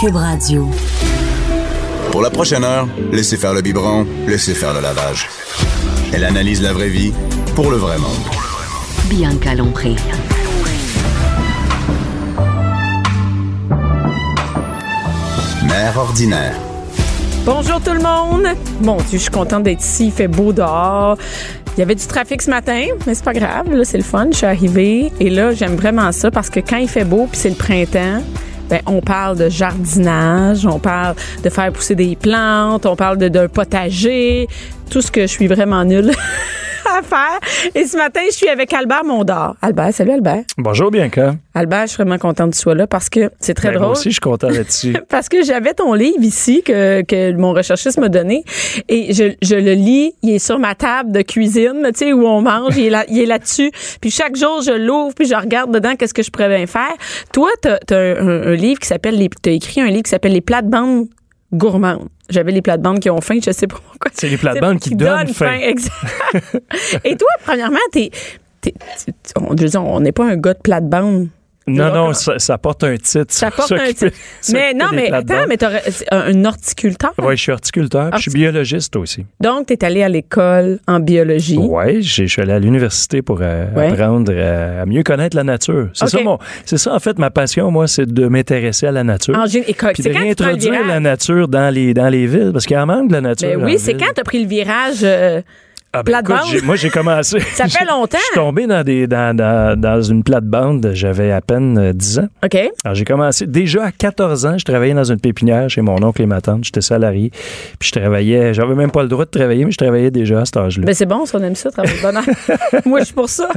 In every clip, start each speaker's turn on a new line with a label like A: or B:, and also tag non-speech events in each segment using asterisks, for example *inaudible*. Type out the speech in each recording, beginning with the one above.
A: Cube Radio.
B: Pour la prochaine heure, laissez faire le biberon, laissez faire le lavage. Elle analyse la vraie vie pour le vrai monde.
A: Bianca Lompré.
B: Mère ordinaire.
C: Bonjour tout le monde. Mon Dieu, je suis contente d'être ici. Il fait beau dehors. Il y avait du trafic ce matin, mais c'est pas grave. Là, c'est le fun. Je suis arrivée et là, j'aime vraiment ça parce que quand il fait beau puis c'est le printemps. Ben, on parle de jardinage, on parle de faire pousser des plantes, on parle de- d'un potager, tout ce que je suis vraiment nulle *laughs* à faire. Et ce matin, je suis avec Albert Mondor. Albert, salut Albert.
D: Bonjour Bianca.
C: Albert, je suis vraiment contente que tu sois là parce que c'est très
D: Ben,
C: drôle.
D: Moi aussi, je suis content
C: *laughs*
D: là-dessus.
C: parce que j'avais ton livre ici que, que mon recherchiste m'a donné et je, je le lis, il est sur ma table de cuisine, tu sais, où on mange, il est là- il est là-dessus. puis chaque jour, je l'ouvre, puis je regarde dedans qu'est-ce que je pourrais bien faire. Toi, t'as as un, un- un livre qui s'appelle, les- t'as écrit un livre qui s'appelle Les plates-bandes gourmandes. J'avais les plates-bandes qui ont faim, je sais pas pourquoi.
D: C'est les plates-bandes qui donnent faim.
C: exact. *laughs* et toi, premièrement, t'es... t'es- tu- on je veux dire, on n'est pas un gars de plates-bandes.
D: non,
C: D'accord.
D: non, ça, ça porte un titre.
C: Ça porte un
D: S'occuper-
C: titre. Mais
D: *laughs* s'occuper
C: non,
D: des
C: mais
D: plates-bandes.
C: attends, mais Ah, t'aurais- c'est un un horticulteur.
D: Ouais, je suis horticulteur, puis je suis biologiste aussi.
C: Donc, tu es allé à l'école en biologie.
D: Oui, je suis allé à l'université pour euh,
C: Ouais.
D: apprendre euh, à, à mieux connaître la nature. C'est
C: Ok.
D: ça, mon- c'est ça, en fait, ma passion, moi, c'est de m'intéresser à la nature.
C: En gé- école.
D: puis
C: Ah, C'est
D: de
C: quand tu prends le
D: réintroduire
C: virage.
D: la nature dans les, dans les villes, parce qu'il en manque de la nature.
C: Ben
D: dans
C: oui,
D: les
C: c'est
D: villes.
C: quand tu as pris le virage. euh,
D: Ah ben, écoute,
C: plate-bande.
D: j'ai- moi, j'ai commencé.
C: Ça fait longtemps.
D: *laughs* Je suis tombé dans, des, dans, dans, dans une plate-bande, j'avais à peine euh, 10 ans.
C: OK.
D: Alors, j'ai commencé. Déjà à 14 ans, je travaillais dans une pépinière chez mon oncle et ma tante. J'étais salarié. Puis je travaillais. J'avais même pas le droit de travailler, mais je travaillais déjà à cet âge-là.
C: Ben c'est bon, si on aime ça, travailler de
D: *laughs*
C: bonheur. Moi, je suis pour ça.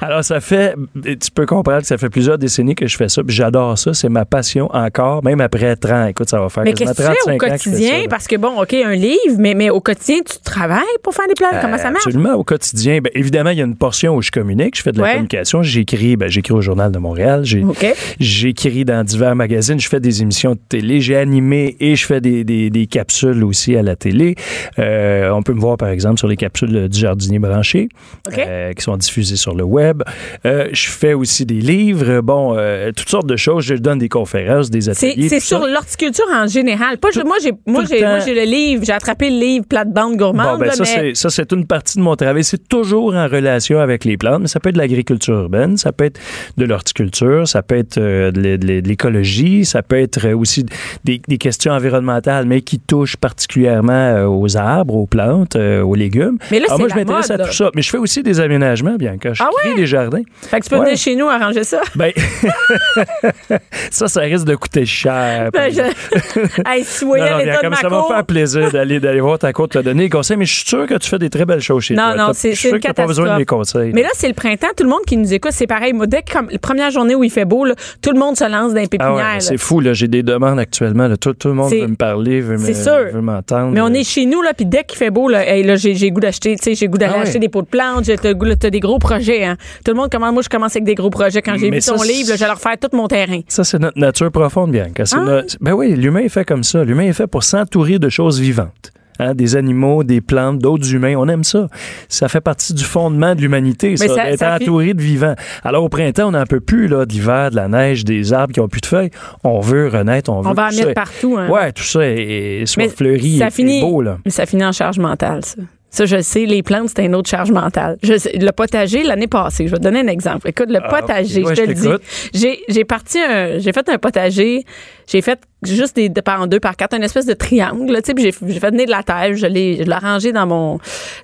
D: Alors, ça fait. Tu peux comprendre que ça fait plusieurs décennies que je fais ça. Puis j'adore ça. C'est ma passion encore, même après 30. Écoute, ça va faire
C: Mais qu'est-ce
D: quasiment
C: que tu fais au
D: 35 ans que je fais ça,
C: quotidien?
D: là.
C: Parce que, bon, OK, un livre, mais, mais au quotidien, tu travailles pour faire des plans. Comment ça marche?
D: Absolument, au quotidien. Ben, évidemment, il y a une portion où je communique, je fais de la
C: Ouais.
D: communication, j'écris, ben, j'écris au Journal de Montréal, j'ai-
C: OK.
D: j'écris dans divers magazines, je fais des émissions de télé, j'ai animé et je fais des, des- des capsules aussi à la télé. Euh, on peut me voir, par exemple, sur les capsules du jardinier branché,
C: OK.
D: euh, qui sont diffusées sur le web. Euh, je fais aussi des livres, bon, euh, toutes sortes de choses. Je donne des conférences, des
C: C'est
D: ateliers.
C: c'est
D: tout
C: sur
D: ça.
C: l'horticulture en général. Pas, je- moi, j'ai moi,
D: tout le
C: j'ai- moi,
D: temps.
C: j'ai le livre. J'ai attrapé le livre plate-bande gourmande.
D: Bon, ben,
C: là,
D: ça,
C: mais
D: c'est- ça, c'est une partie de mon travail. C'est toujours en relation avec les plantes, mais ça peut être de l'agriculture urbaine, ça peut être de l'horticulture, ça peut être euh, de l'é- de l'é- de l'écologie, ça peut être euh, aussi des, des questions environnementales, mais qui touchent particulièrement euh, aux arbres, aux plantes, euh, aux légumes.
C: Mais là,
D: Alors,
C: c'est
D: moi,
C: la
D: je m'intéresse
C: mode,
D: à
C: là.
D: tout ça. Mais je fais aussi des aménagements, bien que je
C: Ah
D: crée
C: ouais?
D: des jardins.
C: Fait que tu peux
D: Ouais.
C: venir chez nous arranger ça.
D: Ben, *laughs* ça, ça risque de coûter cher. par
C: Ben, je...
D: exemple. *laughs*
C: hey, si vous
D: Non,
C: voyez
D: non, bien,
C: l'état de
D: comme
C: ma
D: ça va
C: cour.
D: faire plaisir d'aller d'aller voir ta cour te donner des conseils, mais je suis sûr que tu fais des très belles choses chez
C: Non,
D: toi.
C: non,
D: T'as-
C: c'est
D: je
C: c'est
D: suis
C: une
D: sûr que t'as pas
C: catastrophe.
D: besoin de mes conseils.
C: Mais là, c'est le printemps. Tout le monde qui nous écoute, c'est pareil. Moi, dès que comme, la première journée où il fait beau, là, tout le monde se lance dans les
D: Ah ouais,
C: pépinières. là.
D: c'est fou, là. J'ai des demandes actuellement. là. Tout, tout le monde
C: C'est-
D: veut me parler, veut me-
C: c'est sûr.
D: veut m'entendre. euh,
C: mais on est chez nous, là, puis dès qu'il fait beau, là, hey, là, j'ai j'ai goût d'acheter, tu sais, j'ai goût d'aller
D: Ah ouais.
C: acheter des pots de plantes, j'ai le goût- là, t'as des gros projets, hein. Tout le monde commence, moi, je commence avec des gros projets. Quand j'ai
D: Mais
C: vu
D: ça,
C: ton
D: c'est-
C: livre, là, j'allais refaire tout mon terrain.
D: Ça, c'est notre nature profonde, bien.
C: Ah.
D: Ben oui, l'humain est fait comme ça. L'humain est fait pour s'entourer de choses vivantes. Hein, des animaux, des plantes, d'autres humains, on aime ça. Ça fait partie du fondement de l'humanité, ça,
C: ça-
D: d'être
C: ça fi-
D: entouré de vivants. Alors au printemps, on n'en peut plus là, de l'hiver, de la neige, des arbres qui ont plus de feuilles. On veut renaître, on veut
C: On va en
D: tout
C: mettre
D: ça.
C: partout, hein.
D: Ouais, tout ça est, est- soit
C: Mais
D: fleuri,
C: ça
D: est- est
C: finit,
D: beau là.
C: Mais ça finit en charge mentale, ça. Ça, je le sais, les plantes, c'est une autre charge mentale. Je sais, le potager, l'année passée, je vais te donner un exemple. Écoute, le
D: Ah,
C: potager,
D: ok. Ouais,
C: je te
D: je
C: le dis.
D: t'écoute.
C: J'ai, j'ai parti un, j'ai fait un potager, j'ai fait juste des, de par en deux, par quatre, une espèce de triangle. là, Tu sais, puis j'ai j'ai fait venir de la terre, je l'ai, je l'ai rangé dans mon,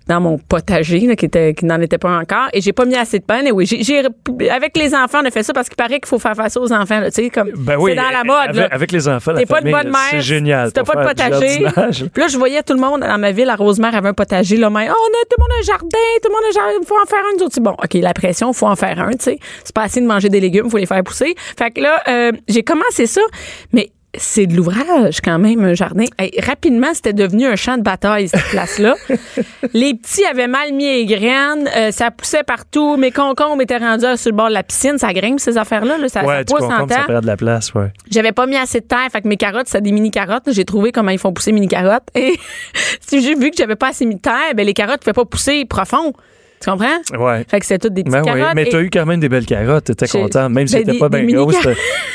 C: dans mon potager, là, qui, était, qui n'en était pas encore. Et j'ai pas mis assez de pain. Et oui, j'ai, j'ai- avec les enfants, on a fait ça parce qu'il paraît qu'il faut faire face aux enfants. là, tu sais, comme
D: Ben oui,
C: c'est dans la
D: avec-
C: mode. là.
D: avec- avec les enfants, la
C: T'es pas de
D: famille,
C: bonne
D: là,
C: mère.
D: c'est génial
C: Si t'as
D: pour
C: pas de
D: faire du
C: potager.
D: jardinage.
C: Puis là, je voyais tout le monde dans ma ville, à Rosemère avait un potager. Là, mais, oh, on a, tout le monde a un jardin, tout le monde a un jardin, il faut en faire un. Nous autres, c'est bon, OK, la pression, il faut en faire un, tu sais. C'est pas assez de manger des légumes, il faut les faire pousser. Fait que là, euh, j'ai commencé ça, mais c'est de l'ouvrage quand même, un jardin. Hey, rapidement, c'était devenu un champ de bataille, cette
D: *laughs*
C: place-là. les petits avaient mal mis les graines, euh, ça poussait partout, mes concombres étaient rendus sur le bord de la piscine, ça grimpe ces affaires-là, là, ça, ça
D: Ouais, tu
C: pousse en
D: comprends, ça
C: temps.
D: perd de la place, ouais.
C: J'avais pas mis assez de terre, fait que mes carottes, c'est des mini carottes. J'ai trouvé comment ils font pousser mini carottes. Et *laughs* si j'ai vu que j'avais pas assez mis de terre, ben les carottes pouvaient pas pousser profond. Tu comprends?
D: Ouais.
C: Fait que c'est toutes des petites
D: Ben oui,
C: carottes.
D: mais
C: et-
D: t'as eu quand même des belles carottes, t'étais
C: J'ai-
D: content, même si
C: ben,
D: t'étais
C: des-
D: pas
C: des
D: bien
C: mini
D: grosse.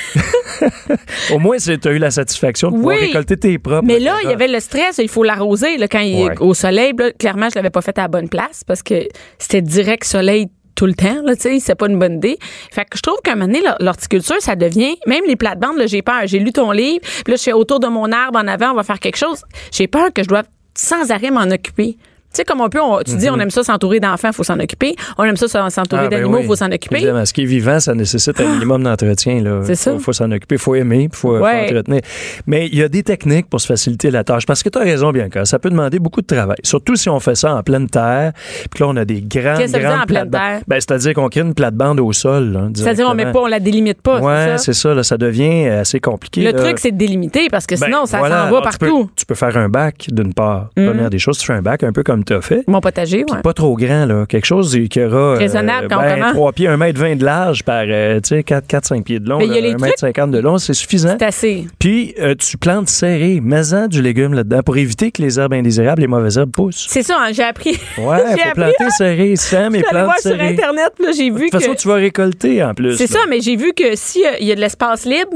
C: *laughs*
D: t'as- Au moins, c'est- t'as eu la satisfaction de pouvoir
C: Oui.
D: récolter tes propres.
C: Mais là, il y
D: carottes.
C: avait le stress, il faut l'arroser là, quand il
D: Ah, Ouais.
C: est au soleil. Là, clairement, je l'avais pas fait à la bonne place parce que c'était direct soleil tout le temps. Là, tu sais, c'est pas une bonne idée. Fait que je trouve qu'à un moment donné, l'hor- l'horticulture, ça devient même les plates-bandes. Là, j'ai peur. J'ai lu ton livre. Puis là, je suis autour de mon arbre en avant. On va faire quelque chose. J'ai peur que je doive sans arrêt m'en occuper. Tu sais, comme on peut, on- tu dis, on aime ça s'entourer d'enfants, faut s'en occuper. On aime ça s'entourer
D: Mhm. Ah, ben
C: d'animaux,
D: oui.
C: faut s'en occuper. Ah.
D: Évidemment, ce qui est vivant, ça nécessite un minimum d'entretien. là.
C: C'est ça.
D: Faut, faut s'en occuper, faut aimer, puis faut, faut
C: Ouais.
D: entretenir. Mais il y a des techniques pour se faciliter la tâche. Parce que tu as raison, Bianca, ça peut demander beaucoup de travail. Surtout si on fait ça en pleine terre, puis que là, on a des grandes,
C: Qu'est-ce que ça veut dire
D: grandes
C: en pleine
D: plates-bandes.
C: terre?
D: Ben, c'est-à-dire qu'on crée une plate-bande au sol. là,
C: C'est-à-dire, on met pas,
D: directement.
C: on la délimite pas. c'est
D: Ouais,
C: ça?
D: c'est ça. là, ça devient assez compliqué.
C: Le
D: là.
C: truc, c'est de délimiter parce que
D: Ben,
C: sinon, ça
D: voilà.
C: s'en va
D: Alors, tu peux-
C: partout.
D: Tu peux, faire un bac, d'une part. Première des choses, tu fais un bac un peu comme tu as fait.
C: Mon potager, ouais.
D: Pas trop grand, là. Quelque chose qui aura.
C: Raisonnable quand on commence.
D: 3 pieds, 1 mètre 20 de large par, euh, tu sais, 4-5 pieds de long.
C: Mais Ben, il y a
D: là,
C: les
D: 1 mètre 50 de long, c'est suffisant.
C: C'est assez.
D: Puis, euh, tu plantes serré, mets-en du légume là-dedans pour éviter que les herbes indésirables, les mauvaises
C: *laughs*
D: herbes poussent.
C: C'est ça, hein, j'ai
D: *laughs*
C: appris.
D: Ouais,
C: J'ai
D: faut
C: appris,
D: planter serré, Sam, et
C: Je suis allée
D: plante
C: voir sur
D: serré. De
C: Internet, puis là, j'ai vu
D: toute
C: que.
D: façon, tu vas récolter en plus.
C: C'est
D: là.
C: ça, mais j'ai vu que s'il y a de l'espace libre,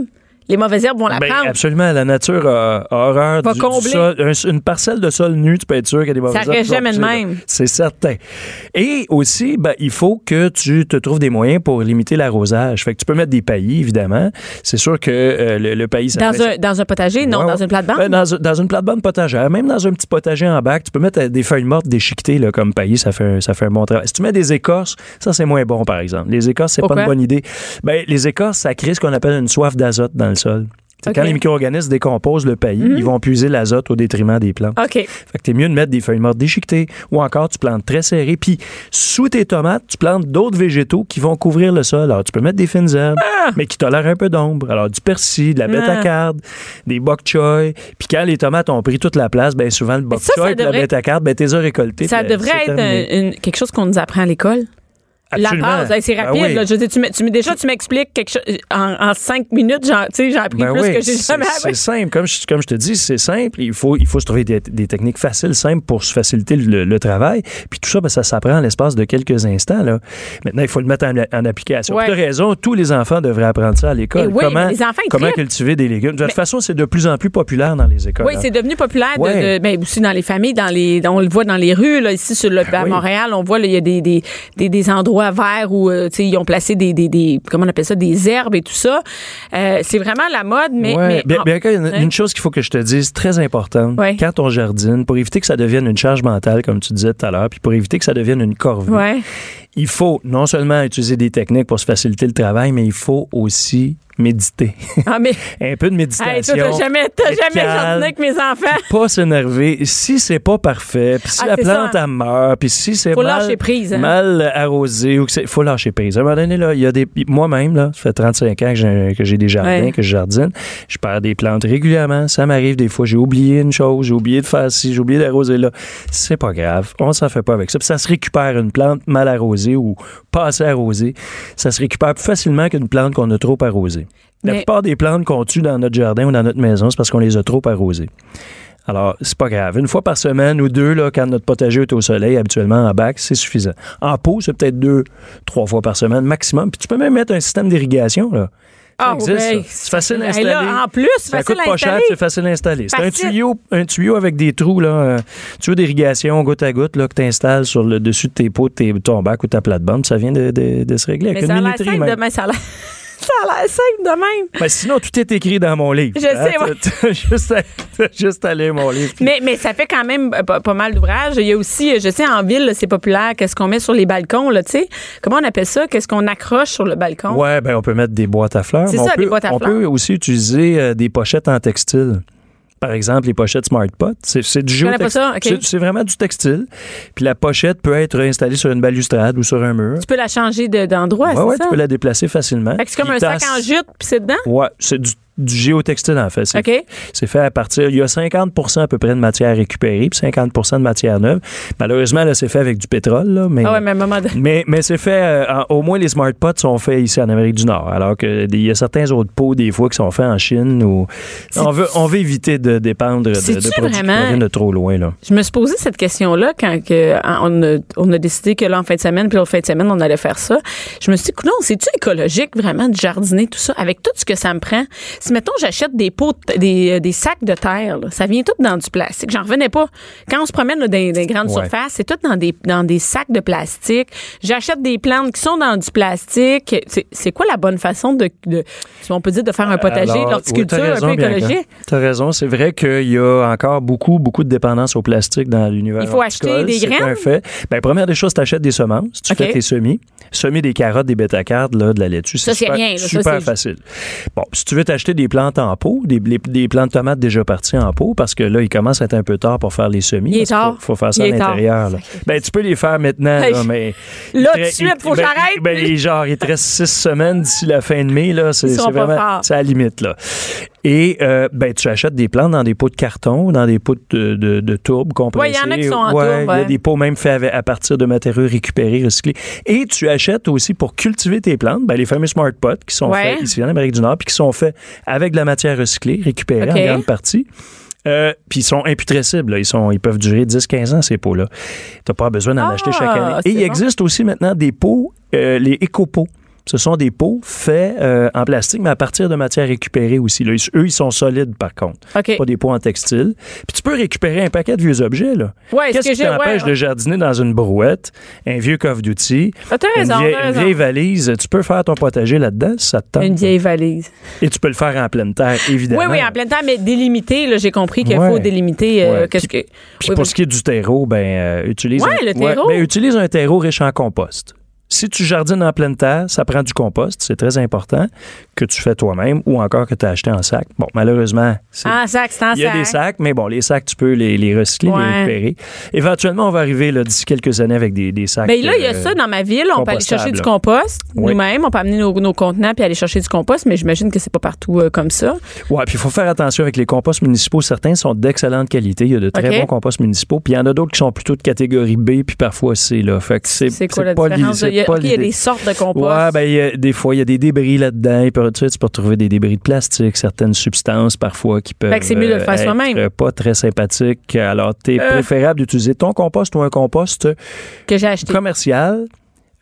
C: les mauvaises herbes vont la
D: Ben,
C: prendre.
D: absolument, la nature a, a horreur
C: Va
D: du, du
C: combler.
D: sol. Un- une parcelle de sol nu, tu peux être sûr qu'il y a des mauvaises
C: reste
D: herbes qui vont
C: jamais de
D: pousser,
C: même.
D: là. C'est certain. Et aussi, ben, il faut que tu te trouves des moyens pour limiter l'arrosage. Fait que tu peux mettre des paillis, évidemment. C'est sûr que euh, le, le paillis... ça
C: Dans
D: fait-
C: un, dans un potager, non,
D: Ouais,
C: dans
D: ouais.
C: une plate-bande.
D: Ben, dans, un- dans une plate-bande potagère, même dans un petit potager en bac, tu peux mettre euh, des feuilles mortes déchiquetées là, comme paillis, ça fait, un- ça fait un bon travail. Si tu mets des écorces, ça c'est moins bon par exemple. Les écorces, c'est pas
C: Pourquoi?
D: une bonne idée. Ben, les écorces, ça crée ce qu'on appelle une soif d'azote dans le sol. C'est
C: Ok. Mhm.
D: Quand les micro-organismes décomposent le paillis, ils vont puiser l'azote au détriment des plantes.
C: OK.
D: Fait que t'es mieux de mettre des feuilles mortes déchiquetées ou encore tu plantes très serré. Puis sous tes tomates, tu plantes d'autres végétaux qui vont couvrir le sol. Alors tu peux mettre des fines herbes,
C: Ah!
D: mais qui tolèrent un peu d'ombre. Alors du persil, de la bêta-carde, des bok choy. Puis quand les tomates ont pris toute la place, bien souvent le bok
C: ça, ça
D: choy et la
C: devrait-
D: bêta-carde, ben t'es récolté.
C: Ça devrait être un- une- quelque chose qu'on nous apprend à l'école. La base, hey, c'est
D: Ben
C: rapide. là. Je veux dire, tu, mets- tu mets- déjà, tu m'expliques quelque chose en, en cinq minutes. j'en- tu sais, J'ai appris
D: Ben
C: plus
D: oui,
C: que j'ai
D: c'est-
C: jamais
D: C'est
C: appris.
D: simple. Comme je, comme je te dis, c'est simple. Il faut, il faut se trouver des, des techniques faciles, simples pour se faciliter le, le travail. Puis tout ça, ben, ça s'apprend en l'espace de quelques instants. Là. Maintenant, il faut le mettre en, en application.
C: Ouais.
D: Tu as raison, tous les enfants devraient apprendre ça à
C: Eh
D: l'école.
C: oui,
D: comment
C: mais les enfants, ils
D: comment
C: trippent.
D: cultiver des légumes. De toute façon, c'est de plus en plus populaire dans les écoles.
C: Oui,
D: hein.
C: c'est devenu populaire de-
D: Ouais.
C: de- ben, aussi dans les familles, dans les, on le voit dans les rues là, ici sur le, à
D: Ah oui.
C: Montréal, on voit là, il y a des, des, des, des endroits verts où euh, tu sais, ils ont placé des, des, des comment on appelle ça des herbes et tout ça. Euh, c'est vraiment la mode, mais,
D: Ouais.
C: mais hein?
D: Bien,
C: en-
D: bien qu'il y a une,
C: Ouais.
D: une chose qu'il faut que je te dise, très importante,
C: Ouais.
D: quand on jardine, pour éviter que ça devienne une charge mentale, comme tu disais tout à l'heure, puis pour éviter que ça devienne une corvée,
C: ouais.
D: il faut non seulement utiliser des techniques pour se faciliter le travail, mais il faut aussi méditer.
C: Ah
D: *laughs*
C: mais
D: Un peu de
C: hey,
D: méditation.
C: toi, t'as jamais t'as
D: être
C: jamais
D: calme.
C: jardiné avec mes enfants.
D: *laughs* Pas s'énerver. Si c'est pas parfait, puis si
C: Ah,
D: la
C: c'est
D: plante
C: ça.
D: elle meurt, puis si c'est
C: Faut
D: mal,
C: lâcher prise, hein.
D: mal arrosé, ou que c'est- faut lâcher prise. À un moment donné, là, il y a des. Moi-même, là, ça fait 35 ans que j'ai, que j'ai des jardins,
C: Ouais.
D: que je jardine. Je perds des plantes régulièrement. Ça m'arrive des fois. J'ai oublié une chose, j'ai oublié de faire ci, j'ai oublié d'arroser là. C'est pas grave. On s'en fait pas avec ça. Puis ça se récupère une plante mal arrosée ou pas assez arrosée. Ça se récupère plus facilement qu'une plante qu'on a trop arrosée. La
C: Mais-
D: plupart des plantes qu'on tue dans notre jardin ou dans notre maison, c'est parce qu'on les a trop arrosées. Alors, c'est pas grave. Une fois par semaine ou deux, là, quand notre potager est au soleil, habituellement en bac, c'est suffisant. En pot, c'est peut-être deux, trois fois par semaine maximum. Puis tu peux même mettre un système d'irrigation, là. Ça
C: Ah,
D: existe,
C: ouais.
D: ça. C'est facile à
C: Hey,
D: installer.
C: là, en plus,
D: ça
C: facile
D: coûte
C: à
D: pas cher,
C: installer.
D: c'est facile à installer. C'est un
C: Facile.
D: tuyau, un tuyau avec des trous, là, euh, tuyau d'irrigation goutte à goutte, là, que tu installes sur le dessus de tes pots, de tes- ton bac ou ta plate-bande. Ça vient de, de- de se régler
C: Mais
D: avec
C: ça
D: une
C: a l'air
D: minuterie,
C: simple
D: même.
C: demain ça a l'air. *laughs* Ça a l'air simple de même.
D: Ben, sinon, tout est écrit dans mon livre. Hein,
C: Je sais, ouais.
D: T'as- t'as juste, à, t'as juste à lire mon livre.
C: Mais, mais ça fait quand même euh, pas, pas mal d'ouvrages. Il y a aussi, euh, je sais, en ville, là, c'est populaire, qu'est-ce qu'on met sur les balcons, là, tu sais. Comment on appelle ça? Qu'est-ce qu'on accroche sur le balcon?
D: Ouais, ben on peut mettre des boîtes à fleurs.
C: C'est
D: mais on
C: ça,
D: peut,
C: des boîtes à
D: on
C: fleurs.
D: peut aussi utiliser euh, des pochettes en textile. Par exemple, les pochettes Smart Pot, c'est c'est du
C: connais pas
D: géotex-
C: ça, ok.
D: c'est- C'est vraiment du textile. Puis la pochette peut être installée sur une balustrade ou sur un mur.
C: Tu peux la changer de- d'endroit,
D: ouais, ouais,
C: c'est ça?
D: tu peux la déplacer facilement.
C: Fait que c'est comme
D: Puis
C: un sac
D: t'as-
C: en jute, puis c'est dedans?
D: Ouais, c'est du, du géotextile en fait. C'est
C: OK.
D: c'est fait à partir. Il y a 50 à peu près de matière récupérée, puis 50 de matière neuve. Malheureusement, là, c'est fait avec du pétrole, là, mais.
C: Ah ouais, mais à un moment donné-
D: *laughs* Mais, mais c'est fait, euh, en- au moins les smart pots sont faits ici en Amérique du Nord, alors qu'il y a certains autres pots des fois qui sont faits en Chine ou on veut, on veut éviter de dépendre de, de
C: C'est-tu
D: produits qui
C: vraiment-
D: proviennent de trop loin. Là.
C: Je me suis posé cette question-là quand que, en- on, a, on a décidé que là, en fin de semaine, puis l'autre fin de semaine, on allait faire ça. Je me suis dit, non, c'est-tu écologique vraiment de jardiner tout ça avec tout ce que ça me prend? Si, mettons, j'achète des pots, de- des, euh, des sacs de terre, là, ça vient tout dans du plastique. J'en revenais pas. Quand on se promène là, dans les- dans les grandes
D: Ouais.
C: surfaces, c'est tout dans des, dans des sacs de plastique. J'achète des plantes qui sont dans du plastique. C'est- C'est quoi la bonne façon de, de- si on peut dire, de faire un potager,
D: Euh, Alors,
C: de l'horticulture
D: oui, t'as
C: un
D: raison,
C: peu
D: Bianca.
C: écologique?
D: T'as raison, c'est vrai qu'il y a encore beaucoup, beaucoup de dépendance au plastique dans l'univers.
C: Il faut
D: horticole,
C: acheter des
D: c'est
C: graines?
D: un fait. Ben, première des choses, t'achètes des semences, tu
C: OK.
D: fais tes semis, semis des carottes, des bêta-cardes, là, de la laitue,
C: Ça,
D: c'est
C: c'est
D: super,
C: rien, là, ça,
D: super
C: c'est-
D: facile. Bon, si tu veux t'acheter des plantes en pot, des, les- des plantes de tomates déjà parties en pot, parce que là, il commence à être un peu tard pour faire les semis.
C: Il est
D: parce qu'il
C: tard.
D: Faut, faut faire ça
C: Il
D: à
C: est tard.
D: l'intérieur. là. Ben, tu peux les faire maintenant,
C: Hey.
D: là, mais...
C: Là,
D: il te
C: tout de
D: reste-
C: suite,
D: il-
C: faut que
D: ben,
C: j'arrête.
D: ben, les- genre, il te reste six semaines d'ici la fin de mai, là. C'est
C: Ils seront
D: c'est
C: pas
D: vraiment.
C: forts.
D: C'est à la limite, là. Et, euh, ben, tu achètes des plantes dans des pots de carton, dans des pots de, de, de tourbe
C: Ouais,
D: compressée.
C: il y en a qui sont en
D: Ouais,
C: tourbe,
D: Il y a
C: ouais.
D: des pots même faits avec- à partir de matériaux récupérés, recyclés. Et tu achètes aussi pour cultiver tes plantes, ben, les fameux smart pots qui sont
C: Ouais.
D: faits ici en Amérique du Nord, puis qui sont faits avec de la matière recyclée, récupérée
C: OK.
D: en grande partie. Euh, puis ils sont imputrescibles. là. Ils, sont, ils peuvent durer 10-15 ans, ces pots-là. T'as pas besoin d'en
C: Ah,
D: acheter chaque année.
C: c'est
D: Et il
C: bon.
D: existe aussi maintenant des pots, euh, les écopots. Ce sont des pots faits euh, en plastique, mais à partir de matières récupérées aussi. là. Ils- eux, ils sont solides, par contre.
C: OK.
D: Pas des pots en textile. Puis tu peux récupérer un paquet de vieux objets. là.
C: Ouais, est-ce
D: Qu'est-ce
C: que
D: qui
C: j'ai-
D: t'empêche
C: ouais.
D: de jardiner dans une brouette, un vieux coffre d'outils,
C: Ah, t'as
D: une,
C: raison,
D: vieille,
C: t'as
D: une
C: raison.
D: vieille valise? Tu peux faire ton potager là-dedans si ça te tente.
C: Une vieille valise.
D: Et tu peux le faire en pleine terre, évidemment.
C: Oui, oui, en plein temps, mais délimiter, là, j'ai compris qu'il
D: Ouais.
C: faut délimiter euh,
D: Ouais.
C: qu'est-ce que. Oui,
D: Puis pour
C: oui.
D: ce qui est du terreau, ben euh, utilise
C: Ouais,
D: un,
C: le terreau.
D: ben, utilise un terreau riche en compost. Si tu jardines en pleine terre, ça prend du compost, c'est très important que tu fais toi-même ou encore que tu as acheté en sac. Bon, malheureusement, c'est-
C: En sac, c'est Ah, en sac.
D: il y a des sacs, mais bon, les sacs, tu peux les, les recycler, les
C: Ouais.
D: récupérer. Éventuellement, on va arriver là, d'ici quelques années avec des, des sacs.
C: Mais Ben, là, il y a
D: euh,
C: ça dans ma ville. On peut aller
D: compostable,
C: chercher du
D: là.
C: compost
D: Oui.
C: nous-mêmes. On peut amener nos, nos contenants puis aller chercher du compost, mais j'imagine que c'est pas partout euh, comme ça.
D: Ouais, puis il faut faire attention avec les composts municipaux. Certains sont d'excellente qualité. Il y a de très
C: OK.
D: bons composts municipaux. Puis il y en a d'autres qui sont plutôt de catégorie B, puis parfois C. Là. Fait que c'est,
C: C'est quoi la
D: pas l'idée-
C: différence?
D: c'est
C: Il y a,
D: pas
C: ok, il y a
D: l'idée.
C: des sortes de compost.
D: Ouais, ben, il y a- des fois, il y a des débris là-dedans. Il peut- Tu, sais, tu peux retrouver des débris de plastique, certaines substances parfois qui peuvent
C: Fait Ben, que c'est mieux de le
D: euh,
C: faire
D: être,
C: soi-même.
D: euh, pas très sympathiques. Alors, t'es
C: Euh.
D: préférable d'utiliser ton compost ou un compost
C: que j'ai acheté.
D: commercial.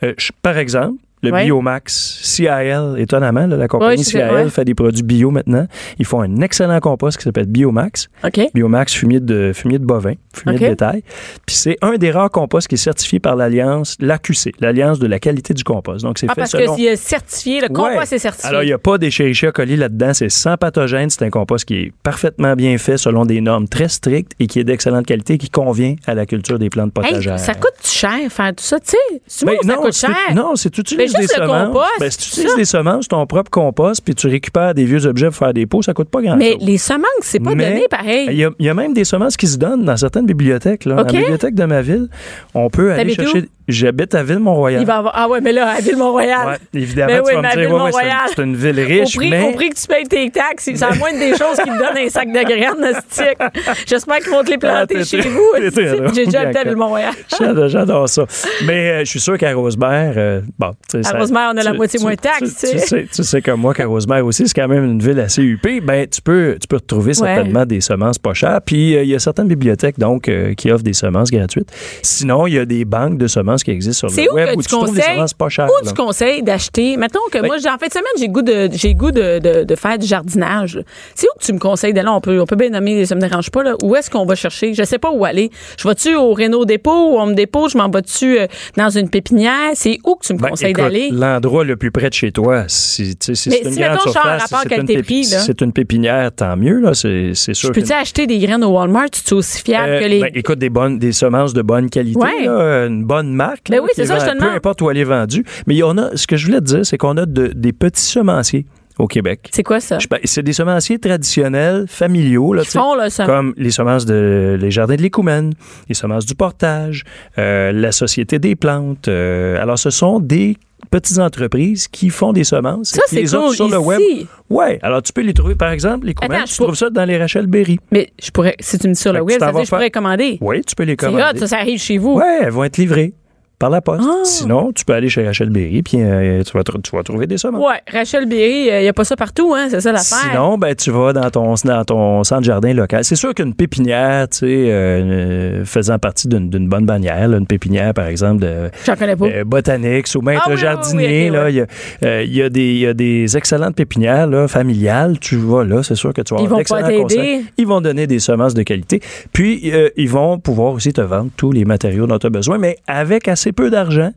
D: Euh, je- par exemple, le
C: Ouais.
D: Biomax, CIL, étonnamment, là, la
C: Ouais,
D: compagnie
C: je sais,
D: CIL
C: ouais.
D: fait des produits bio maintenant. Ils font un excellent compost qui s'appelle Biomax.
C: OK.
D: Biomax fumier de, fumier de bovin, fumier
C: OK.
D: de bétail. Puis c'est un des rares composts qui est certifié par l'Alliance, l'AQC, l'Alliance de la qualité du compost. Donc c'est
C: Ah,
D: fait
C: parce
D: selon...
C: que c'est certifié. Le compost
D: Ouais.
C: est certifié.
D: Alors, il n'y a pas d'Escherichia coli là-dedans. C'est sans pathogène. C'est un compost qui est parfaitement bien fait selon des normes très strictes et qui est d'excellente qualité qui convient à la culture des plantes
C: Hey,
D: potagères.
C: ça coûte cher faire tout ça, tu sais. C'est
D: Ben,
C: ça
D: non,
C: coûte
D: c'est-
C: cher.
D: Non, c'est tu
C: Ben,
D: utilises des
C: juste le
D: semences.
C: compost,
D: ben, si tu
C: tout
D: utilises
C: ça.
D: des semences, ton propre compost, puis tu récupères des vieux objets pour faire des pots, ça coûte pas grand-chose.
C: mais les semences, c'est pas
D: Mais
C: donné
D: Il
C: pareil.
D: y, a, il y a même des semences qui se donnent dans certaines bibliothèques. Là.
C: OK.
D: La bibliothèque de ma ville, on peut aller
C: T'habites
D: chercher. J'habite à Ville-Mont-Royal.
C: Il va avoir... Ah ouais, mais là, à Ville-Mont-Royal.
D: Ouais, évidemment,
C: Ben
D: tu
C: oui,
D: vas
C: mais à
D: me dire, ouais, ouais, c'est une-
C: Ville-Mont-Royal.
D: c'est une ville riche,
C: Au prix,
D: mais.
C: au prix que tu payes tes taxes, c'est la moindre des choses qui te donnent un sac de graines, hostique. J'espère qu'ils vont te les planter
D: Ah, t'es
C: chez
D: très-
C: vous.
D: t'es très drôle,
C: hostie. J'ai déjà habité
D: Bianca.
C: à Ville-Mont-Royal.
D: J'adore, j'adore ça. Mais euh, je suis sûr qu'à Rosemère, euh, bon, tu sais,
C: À
D: ça-
C: Rosemère, on a la
D: tu-
C: moitié
D: tu-
C: moins de taxes,
D: Tu,
C: tu sais.
D: sais, tu sais comme moi qu'à Rosemère aussi, c'est quand même une ville assez huppée. Ben, tu peux, tu peux retrouver certainement des semences pas chères. Puis euh, il y a certaines bibliothèques donc euh, qui offrent des semences gratuites. Sinon, il y a des banques de semences assurances qui existent sur
C: C'est
D: le
C: où
D: web
C: que
D: où
C: tu
D: tu trouves des
C: conseilles-
D: assurances pas chères.
C: Où
D: là.
C: tu conseilles d'acheter? Mettons que
D: Ben-
C: moi, j'ai- en fin de semaine, j'ai goût de, j'ai goût de, de, de faire du jardinage. là. C'est où que tu me conseilles d'aller? On peut, on peut bien nommer, ça me dérange pas, là. Où est-ce qu'on va chercher? Je sais pas où aller. Je vais-tu au Renault dépôt, où on me dépose, je m'en vais-tu euh, dans une pépinière? C'est où que tu me
D: Ben,
C: conseilles
D: écoute,
C: d'aller?
D: L'endroit le plus près de chez toi, si, tu sais, si
C: Mais
D: c'est une
C: si,
D: grande
C: mettons, je sors en
D: surface, si
C: rapport
D: c'est une,
C: qualité-prix,
D: pépi-
C: là.
D: si c'est une pépinière, tant mieux, là, c'est c'est
C: Je
D: sûr. que-
C: peux-tu acheter des graines au Walmart? Tu es aussi fiable
D: Euh,
C: que les.
D: ben, écoute, des, bonnes, des semences de bonne qualité,
C: Ouais.
D: là, une bonne marque.
C: Ben
D: là,
C: oui,
D: qui
C: c'est ça,
D: vend-
C: je te
D: Peu
C: demande.
D: importe où elle est vendue. Mais il y en a, ce que je voulais te dire, c'est qu'on a de- des petits semenciers au Québec.
C: c'est quoi ça?
D: Je- ben, C'est des semenciers traditionnels, familiaux. Là,
C: Ils
D: tu sais,
C: font, là, ça.
D: Comme les semences de les jardins de l'écoumène, les semences du portage, euh, la Société des plantes. euh, alors, ce sont des petites entreprises qui font des semences.
C: Ça,
D: et qui
C: c'est
D: les
C: cool,
D: offrent sur le web.
C: ici.
D: Ouais. Alors, tu peux les trouver, par exemple, les
C: Attends,
D: tu
C: je peux-
D: trouves ça dans les Rachel Berry.
C: Mais je pourrais, si tu me dis sur
D: Fait
C: le
D: que
C: web,
D: tu t'en
C: ça veut dire
D: vas
C: que je pourrais
D: faire-
C: commander.
D: Oui, tu peux les
C: C'est hot,
D: commander.
C: ça, ça arrive chez vous.
D: Ouais, elles vont être livrées par la poste.
C: Oh. Ah.
D: Sinon, tu peux aller chez Rachel Berry puis euh, tu, vas tr- tu vas trouver des semences.
C: Ouais, Rachel Berry, il n'y a pas ça partout, hein, c'est ça l'affaire.
D: Sinon, ben, tu vas dans ton, dans ton centre jardin local. C'est sûr qu'une pépinière, tu sais, euh, euh, faisant partie d'une d'une bonne bannière, là, une pépinière, par exemple, de
C: J'en connais pas.
D: euh, botaniques ou maître
C: Ah oui, oui, oui,
D: jardinier,
C: ok,
D: là,
C: ouais.
D: il y a, euh, il y, a des- il y a des excellentes pépinières là, familiales. Tu vas là, c'est sûr que tu vas
C: Ils
D: avoir
C: vont pas
D: d'excellents conseils.
C: t'aider.
D: Ils vont donner des semences de qualité. Puis, euh, ils vont pouvoir aussi te vendre tous les matériaux dont tu as besoin, mais avec assez peu d'argent.